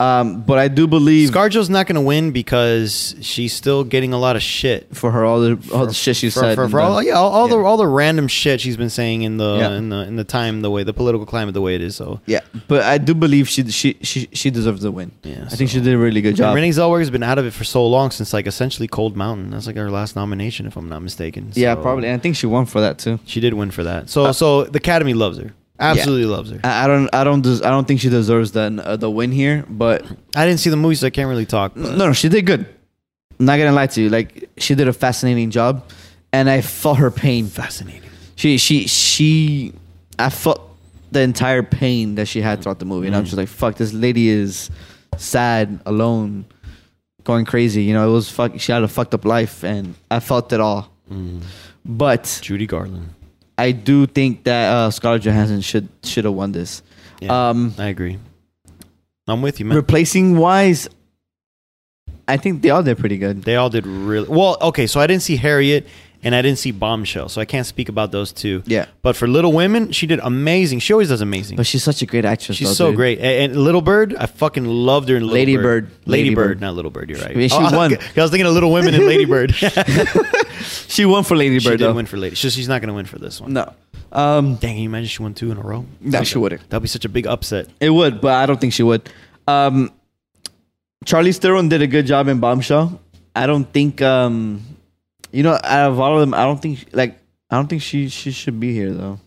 Um, but I do believe Scarjo's not going to win because she's still getting a lot of shit. for her all the all the shit she for, said. for, and for all, done. yeah, all, all the Yeah. all the random shit she's been saying in the Yeah. in the in the time, the way the political climate, the way it is. So yeah, but I do believe she she she she deserves the win. Yeah, I think so- she did a really good And job. Renee Zellweger's been out of it for so long since like essentially Cold Mountain. That's like her last nomination, if I'm not mistaken. yeah, So probably. Uh, And I think she won for that too. She did win for that. So so the Academy loves her. Absolutely loves her. I, I don't I don't des- I don't think she deserves the uh, the win here, but I didn't see the movie, so I can't really talk. but- no, no, she did good. I'm not gonna lie to you. Like she did a fascinating job, and I felt her pain. Fascinating. She she she. I felt the entire pain that she had throughout the movie, and Mm. I'm just like, fuck, this lady is sad, alone, going crazy. You know, it was fuck. She had a fucked up life, and I felt it all. Mm. But Judy Garland. I do think that uh, Scarlett Johansson should should have won this. Yeah, Um, I agree. I'm with you, man. replacing wise, I think they all did pretty good. they all did really well. Okay, so I didn't see Harriet and I didn't see Bombshell, so I can't speak about those two. Yeah. But for Little Women, she did amazing. She always does amazing. But she's such a great actress. She's though, so dude. great. A- And, Little Bird, I fucking loved her in Little Lady Bird. Bird. Lady, Lady Bird. Bird. not Little Bird. You're right. Oh, mean, she won. (laughs) I was thinking of Little Women and Lady (laughs) Bird. (laughs) she She won for Lady Bird did though. win for Lady. She, she's not gonna win for this one. No, um, Dang, can you imagine she won two in a row? No, she wouldn't. That'd be such a big upset. it would, but I don't think she would. Um, Charlie Theron did a good job in Bombshell. I don't think um, you know, out of all of them, I don't think like I don't think she she should be here though.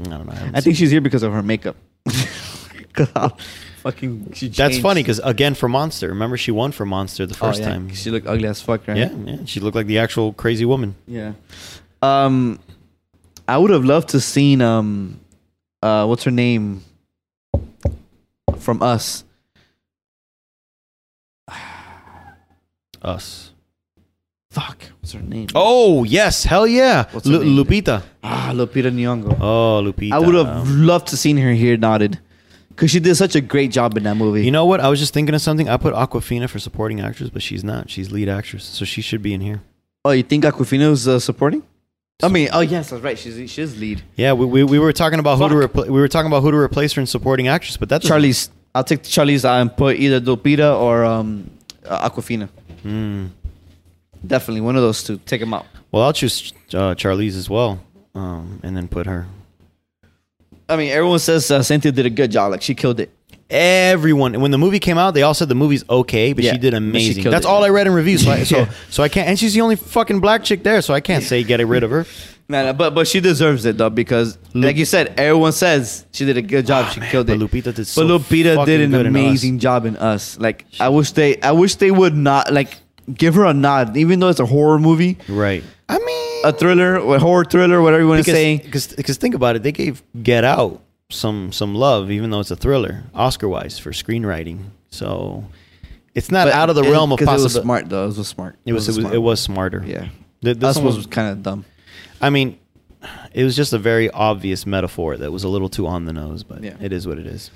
I don't know. I haven't I think she's here because of her makeup. (laughs) 'Cause how fucking she That's changed. funny because again for Monster, remember she won for Monster the Oh, first yeah, time. she looked ugly as fuck, right? Yeah, yeah, she looked like the actual crazy woman. Yeah. Um, I would have loved to seen um, uh, what's her name from Us? Us. Fuck, what's her name? Oh yes, hell yeah, What's her Lu- name? Lupita. ah, Lupita Nyong'o. Oh Lupita. I would have loved to seen her here nodded, cause she did such a great job in that movie. You know what? I was just thinking of something. I put Aquafina for supporting actress, but she's not. She's lead actress, so she should be in here. oh, you think Aquafina was uh, supporting? I mean, oh yes, that's right. She's she's (laughs) lead. Yeah, we, we, we were talking about who to Fuck. repl- we were talking about who to replace her in supporting actress, but that's Charlie's. I'll take Charlie's and put either Lupita or um, uh, Aquafina. Hmm. Definitely one of those two. Take them out. Well, I'll choose uh, Charlize as well, um, and then put her. I mean, everyone says uh, Cynthia did a good job. Like she killed it. Everyone, when the movie came out, they all said the movie's okay, but Yeah, she did but she amazing. killed That's it. all I read in reviews. So, I, so (laughs) Yeah. so I can't, and she's the only fucking black chick there, so I can't say get rid of her. No, no, but but she deserves it though because, like you said, everyone says she did a good job. she killed Ah, but it. Lupita did so But Lupita fucking did an good in Us. amazing job in Us. Like I wish they, I wish they would not like give her a nod, even though it's a horror movie, Right. I mean, a thriller, a horror thriller, whatever you want to say. because because think about it, they gave Get Out some some love, even though it's a thriller, Oscar wise for screenwriting. So it's not out of the it- realm of 'cause It was possibility. smart though. It was smart. It was it was, smart. it was smarter. Yeah. Th- this Us one was, was kind of dumb. I mean, it was just a very obvious metaphor that was a little too on the nose, but Yeah. it is what it is.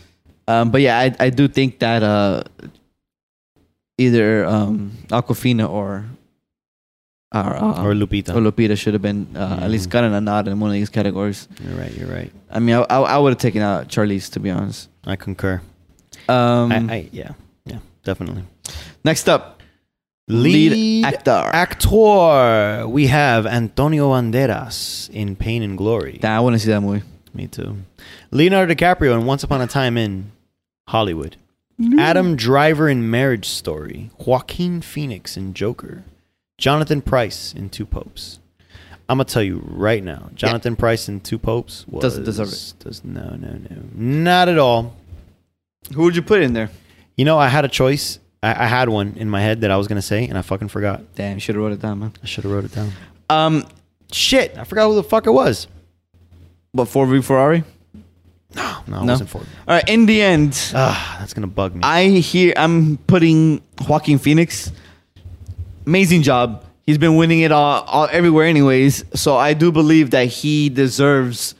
Um, but yeah, I, I do think that uh, either um, Aquafina or or, uh, or Lupita. or Lupita should have been uh, at least Mhm. gotten a nod in one of these categories. you're right. You're right. I mean, I, I, I would have taken out Charlize to be honest. I concur. Um, I, I yeah yeah definitely. next up, Lead, actor. actor. We have Antonio Banderas in Pain and Glory. Damn, I want to see that movie. Me too. Leonardo DiCaprio in Once Upon a Time in Hollywood. Mm-hmm. Adam Driver in Marriage Story. Joaquin Phoenix in Joker. Jonathan Price in Two Popes. I'm gonna tell you right now, Jonathan Price in Two Popes was, Doesn't deserve it. Does no, no, no, not at all. Who would you put in there? You know, I had a choice. I, I had one in my head that I was gonna say, and I fucking forgot. Damn, you should have wrote it down, man. I should have wrote it down. Um, Shit, I forgot who the fuck it was. but Ford v Ferrari. No, no, it No? wasn't for. All right, in the end, Ah, that's gonna bug me. I hear I'm putting Joaquin Phoenix. Amazing job. He's been winning it all, all everywhere, anyways. So I do believe that he deserves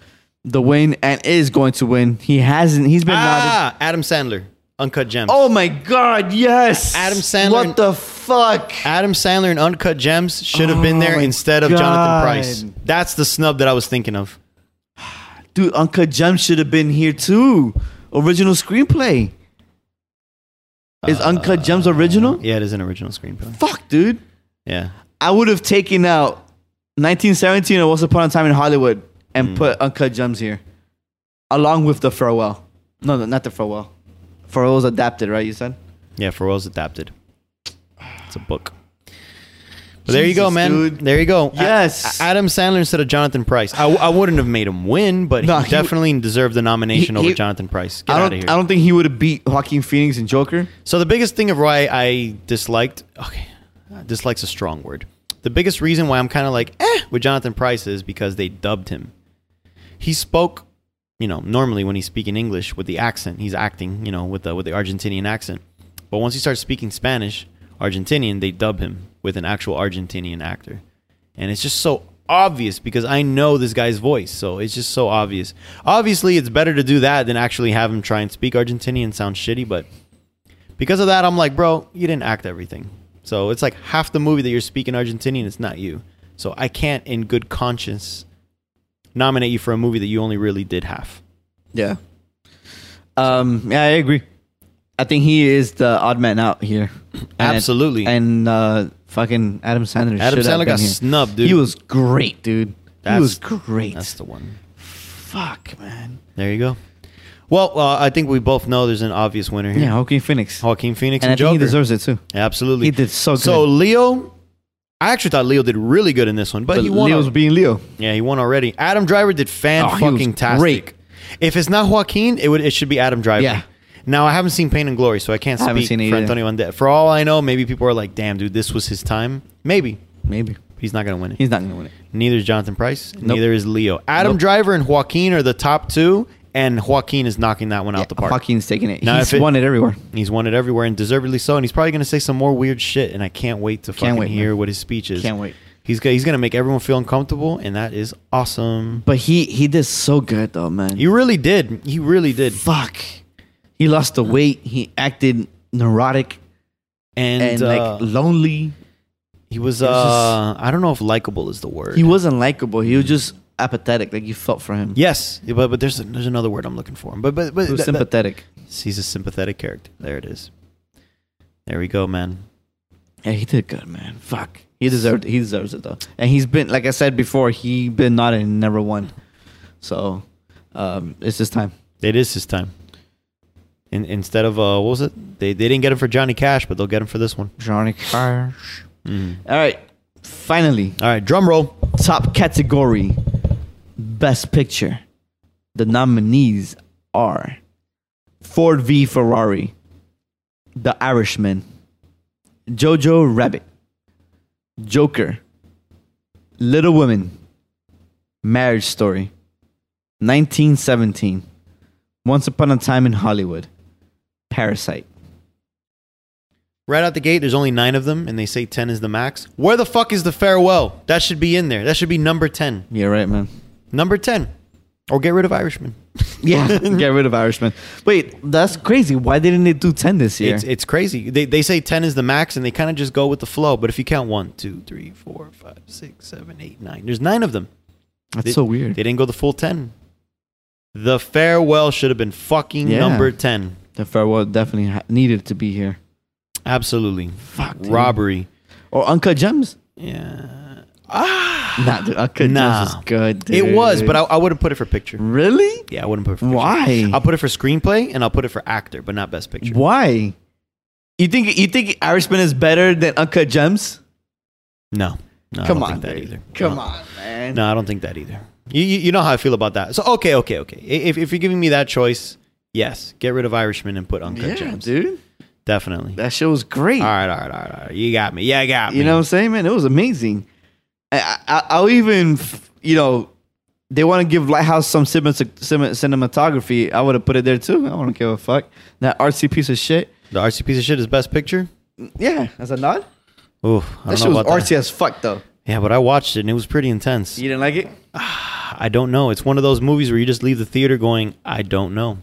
the win and is going to win. He hasn't. He's been nodded. ah, Adam Sandler, Uncut Gems. Oh my God! Yes, Adam Sandler- What the fuck? Adam Sandler and Uncut Gems should have been Oh there my instead of Jonathan God. Price. That's the snub that I was thinking of. Dude, Uncut Gem should have been here too. Original screenplay. Is Uh, Uncut Gems original? Yeah, it is an original screenplay. Fuck, dude. Yeah. I would have taken out 1917 or Once Upon a Time in Hollywood Hmm. and put Uncut Gems here, along with the Farewell. No, no, not the Farewell. Farewell was adapted, right? You said. Yeah, Farewell's adapted. It's a book. But there you go, Jesus, man. dude. There you go. A- Yes. A- Adam Sandler instead of Jonathan Price. I, I wouldn't have made him win, but No, he he- definitely deserved the nomination he- over he- Jonathan Price. Get I out of don't. here. I don't think he would have beat Joaquin Phoenix and Joker. So the biggest thing of why I disliked, okay, dislikes a strong word. The biggest reason why I'm kind of like eh with Jonathan Price is because they dubbed him. He spoke, you know, normally when he's speaking English with the accent, he's acting, you know, with the with the Argentinian accent. But once he starts speaking Spanish, Argentinian, they dub him with an actual Argentinian actor, and it's just so obvious because I know this guy's voice, so it's just so obvious. Obviously, it's better to do that than actually have him try and speak Argentinian and sound shitty, but because of that, I'm like, bro, you didn't act everything. So it's like half the movie that you're speaking Argentinian, it's not you. So I can't, in good conscience, nominate you for a movie that you only really did half. Yeah. Um. Yeah, I agree. I think he is the odd man out here. And- (clears throat) Absolutely. And uh, fucking Adam Sandler. Adam should have Sandler been got here. snubbed, dude. He was great, dude. he That's- was great. That's the one. Fuck, man. There you go. Well, uh, I think we both know there's an obvious winner here. Yeah, Joaquin Phoenix. Joaquin Phoenix and I and, think he Joker. deserves it too. Absolutely. He did so good. So Leo, I actually thought Leo did really good in this one, but, but he won. Leo's being Leo. yeah, he won already. Adam Driver did fan Oh, he was fucking tastic. great. If it's not Joaquin, it would it should be Adam Driver. Yeah. Now I haven't seen Pain and Glory, so I can't I haven't speak seen it for either. Antonio Banderas. For all I know, maybe people are like, "Damn, dude, this was his time." Maybe Maybe he's not gonna win it. he's not gonna win it. Neither is Jonathan Price. Neither is Leo. Adam Nope. Driver and Joaquin are the top two, and Joaquin is knocking that one out the park. Joaquin's taking it. Now, he's if it- won it everywhere. He's won it everywhere and deservedly so. And he's probably going to say some more weird shit. And I can't wait to Can't fucking wait, hear man. what his speech is. Can't wait. He's go- he's going to make everyone feel uncomfortable, and that is awesome. But he he did so good though, man. You really did. You really did. fuck. He lost the weight. He acted neurotic And, and uh, like lonely. he was. was Uh, I don't know if likable is the word. He wasn't likable. He was just apathetic. Like you felt for him. yes, but but there's there's another word I'm looking for. But but but He was that- that- sympathetic. he's a sympathetic character. There it is. There we go, man. Yeah, he did good, man. Fuck. He deserved he deserves it though. And he's been like I said before, he been not and never won. So um it's his time. It is his time. In, instead of uh, what was it? They they didn't get him for Johnny Cash, but they'll get him for this one. Johnny Cash. All right. Finally, All right, drum roll. top category best picture. The nominees are Ford v Ferrari, The Irishman, Jojo Rabbit, Joker, Little Women, Marriage Story, 1917, Once Upon a Time in Hollywood, Parasite. Right out the gate, there's only nine of them, and they say 10 is the max. Where the fuck is the farewell? That should be in there. That should be number 10. Yeah, right, man. Number 10. Or get rid of Irishman. Yeah, (laughs) get rid of Irishman. Wait, that's crazy. Why didn't they do 10 this year? It's, it's crazy. They, they say 10 is the max, and they kind of just go with the flow. But if you count one, two, three, four, five, six, seven, eight, nine, there's nine of them. that's They- so weird. They didn't go the full 10. The farewell should have been fucking Yeah. number 10. The farewell definitely ha- needed to be here. Absolutely. Fuck, dude. Robbery. or Uncut Gems. Yeah. Ah. Nah, dude, Uncut Nah. Gems is good. Dude. It was, but I, I would have put it for picture. really Yeah, I wouldn't put it for picture. why? I'll put it for screenplay and I'll put it for actor, but not best picture. Why? You think you think Irishman is better than Uncut Gems? No, no, Come on, I don't think that dude. either. Come no. on, man. no, I don't think that either. You, you you know how I feel about that. So okay, okay, okay. I- If if you're giving me that choice, yes, get rid of Irishman and put Uncut yeah, Gems. dude, Definitely. that show was great. all right, all right, all right, all right. You got me. Yeah, I got me. You know what I'm saying, man? It was amazing. I, I, I'll even, f- you know, they want to give Lighthouse some cinema, cinema, cinematography. I would have put it there too. I don't give a fuck. That artsy piece of shit. the RC piece of shit is best picture. Yeah, as a nod. Ooh, I That don't shit know was about artsy that. as fuck though. Yeah, but I watched it and it was pretty intense. You didn't like it? I don't know. It's one of those movies where you just leave the theater going, I (laughs) don't know.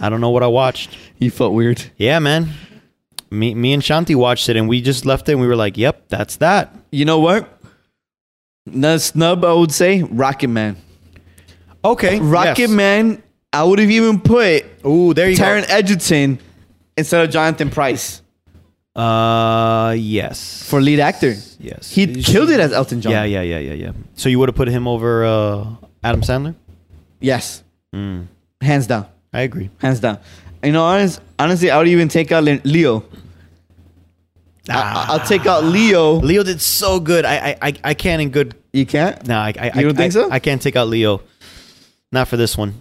I don't know what I watched. You felt weird. Yeah, man. Me, me and Shanti watched it, and we just left it, and we were like, "Yep, that's that." You know what? Another snub I would say, Rocket Man. Okay, Rocket Man, I would have even put Ooh, there you Taron Edgerton instead of Jonathan Price go. Uh, yes. for lead actor. yes, He You killed should- it as Elton John. Yeah, yeah, yeah, yeah, yeah. So you would have put him over uh, Adam Sandler? Yes. Mm, Hands down. I agree. Hands down. You know, honest, honestly, I would even take out Le- Leo. I, I'll take out Leo. Leo did so good. I, I, I, I can't in good. You can't? No, I, I, You don't I, think so? I can't take out Leo. Not for this one.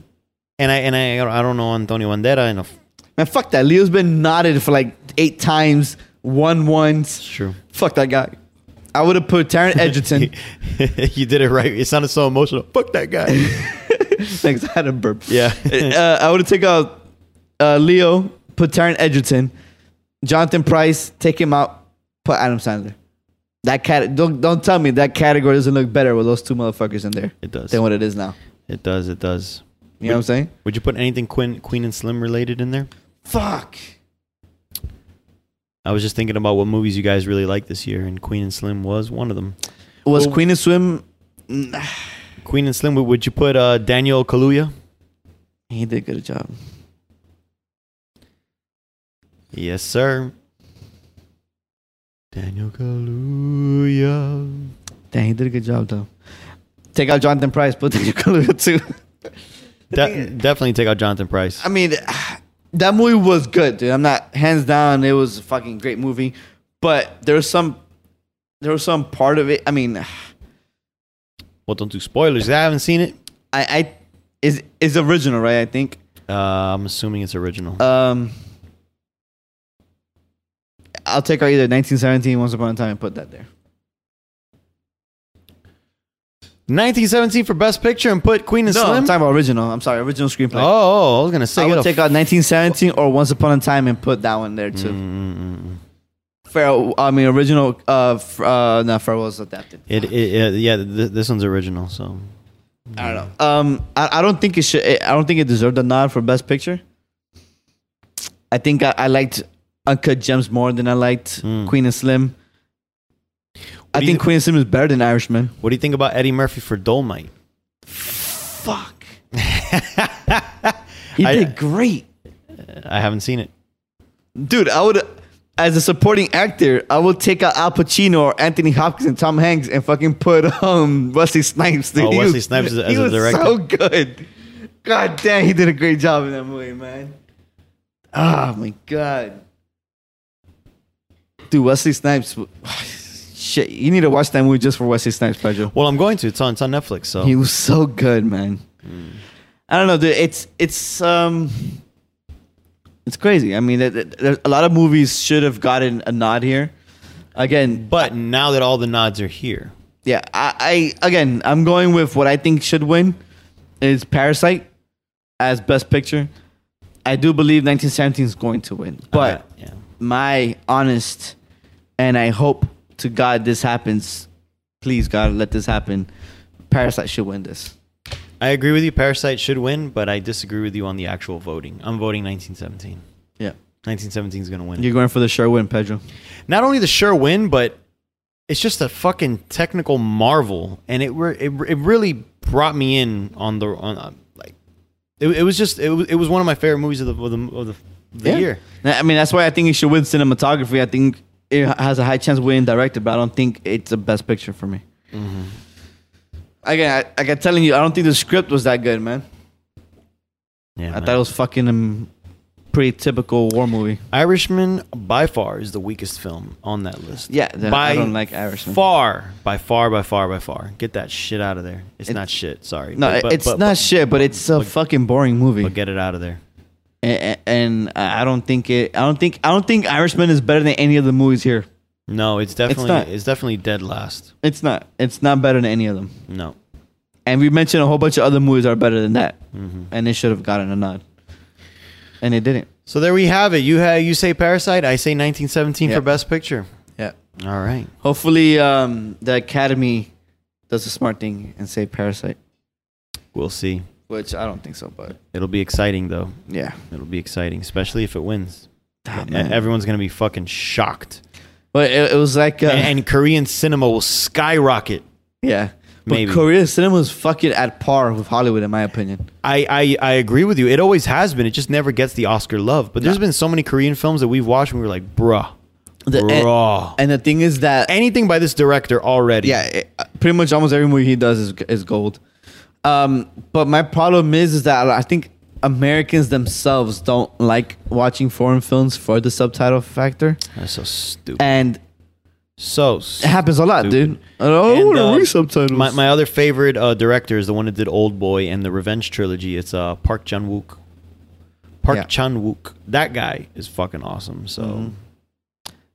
And I, and I, I don't know Antonio Bandera enough. Man, fuck that. Leo's been knotted for like eight times, won once. True. Fuck that guy. I would have put Taron Edgerton. (laughs) you did it right. It sounded so emotional. Fuck that guy. (laughs) Thanks, I had a burp. Yeah. uh, I would have taken out uh, Leo, put Taron Edgerton, Jonathan Price, take him out, put Adam Sandler. That cat don't don't tell me that category doesn't look better with those two motherfuckers in there It does. than what it is now. It does. It does. You know what I'm saying? Would you put anything Queen, Queen and Slim related in there? Fuck. I was just thinking about what movies you guys really liked this year, and Queen and Slim was one of them. Was Well- Queen of Swim? Queen and Slim. would- Would you put uh, Daniel Kaluuya? He did a good job. Yes, sir. Daniel Kaluuya. (laughs) Damn, he did a good job though. Take out Jonathan Price, put Daniel Kaluuya too. De- definitely take out Jonathan Price. I mean, that movie was good, dude. I'm not hands down. It was a fucking great movie, but there was some, there was some part of it. I mean, I, Well, don't do spoilers. I haven't seen it. I is is original, right? I think. Uh, I'm assuming it's original. Um, I'll take out either 1917, Once Upon a Time, and put that there. 1917 for Best Picture and put Queen and No, I'm Slim. talking about original. I'm sorry, original screenplay. Oh, I was gonna say. I get would a take out 1917 or Once Upon a Time and put that one there too. Mm, Farewell, I mean original. Uh, f- uh not farewell's adapted. It, it, it yeah, th- this one's original. So I don't know. Um, I, I don't think it should. eh, I don't think it deserved a nod for best picture. I think I, I liked Uncut Gems more than I liked Mm. Queen and Slim. I do think you- Queen and Slim is better than Irishman. what do you think about Eddie Murphy for Dolmite? Fuck, he I- did great, I haven't seen it. dude. I would, as a supporting actor, I would take out Al Pacino or Anthony Hopkins and Tom Hanks and fucking put um Wesley Snipes. Dude. Oh, He Wesley was- Snipes as a- he as a was director. so good. God damn, he did a great job in that movie, man. Oh my god, dude, Wesley Snipes. (sighs) Shit, you need to watch that movie just for Wesley Snipes, Pedro. Well, I'm going to. It's on. It's on Netflix. So He was so good, man. I don't know, dude. It's it's um, it's crazy. I mean, there, there, a lot of movies should have gotten a nod here. Again, but now that all the nods are here, yeah, I, I again, I'm going with what I think should win is Parasite as Best Picture. I do believe 1917 is going to win, but Okay, yeah. my honest and I hope to God this happens. Please, God, let this happen. Parasite should win this. I agree with you. Parasite should win, but I disagree with you on the actual voting. I'm voting 1917. Yeah. 1917 is going to win. You're going for the sure win, Pedro. Not only the sure win, but it's just a fucking technical marvel, and it re- it, it really brought me in on the on uh, like it, it was just it was, it was one of my favorite movies of the of the, of the, the year. I mean, that's why I think it should win cinematography. I think it has a high chance of winning directed, but I don't think it's the best picture for me. Mm-hmm. Again, I, like I'm telling you, I don't think the script was that good, man. Yeah, I thought it was fucking um, pretty typical war movie. Irishman by far is the weakest film on that list. Yeah, the- I by don't like Irishman. Far, by far, by far, by far. Get that shit out of there. It's, It- not shit. Sorry. No, But- but- it's but- not but- shit, but it's a fucking boring movie. But get it out of there. and, and I don't think it. I don't think. I don't think Irishman is better than any of the movies here. No, it's definitely not. it's, definitely dead last. It's not. It's not better than any of them. No. And we mentioned a whole bunch of other movies that are better than that. Mm-hmm. And they should have gotten a nod. And they didn't. So there we have it. You ha- you say Parasite. I say 1917 Yeah. for Best Picture. Yeah. All right. Hopefully, um, the Academy does a smart thing and say Parasite, We'll see. which I don't think so, but It'll be exciting though. yeah. It'll be exciting, especially if it wins. Ah, E- man. Everyone's gonna be fucking shocked, But it, it was like, uh, and, and Korean cinema will skyrocket. yeah. But Maybe. Korea cinema is fucking at par with Hollywood, in my opinion. I, I I agree with you. It always has been. It just never gets the Oscar love. But there's been so many Korean films that we've watched and we were like, bruh, The- eh, bruh. And the thing is that, Anything by this director already. yeah, it, uh, pretty much almost every movie he does is, is gold. Um, but my problem is, is that I think Americans themselves don't like watching foreign films for the subtitle factor. That's so stupid. And so It happens a lot, dude. Oh, And, what are uh, we subtitles? My, my other favorite uh, director is the one that did Old Boy and the Revenge trilogy. It's uh, Park Chan Wook. Park Yeah. Chan Wook. That guy is fucking awesome. So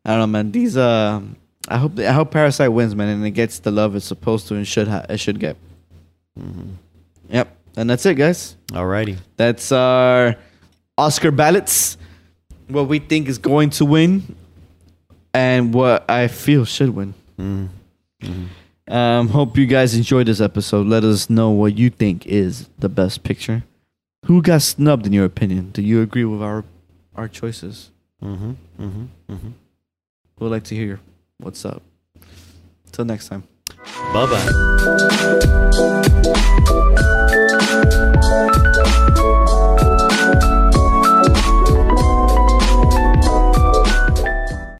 I don't know, man. These uh, I hope I hope Parasite wins, man, and it gets the love it's supposed to and should ha- it should get. Mm-hmm. Yep, and that's it, guys. alrighty. That's our Oscar ballots. What we think is going to win, and what I feel should win. Um, hope you guys enjoyed this episode. Let us know what you think is the best picture. Who got snubbed in your opinion? Do you agree with our our choices? Mm-hmm. Mm-hmm. Mm-hmm. We'd like to hear what's up. Till next time. Bye bye.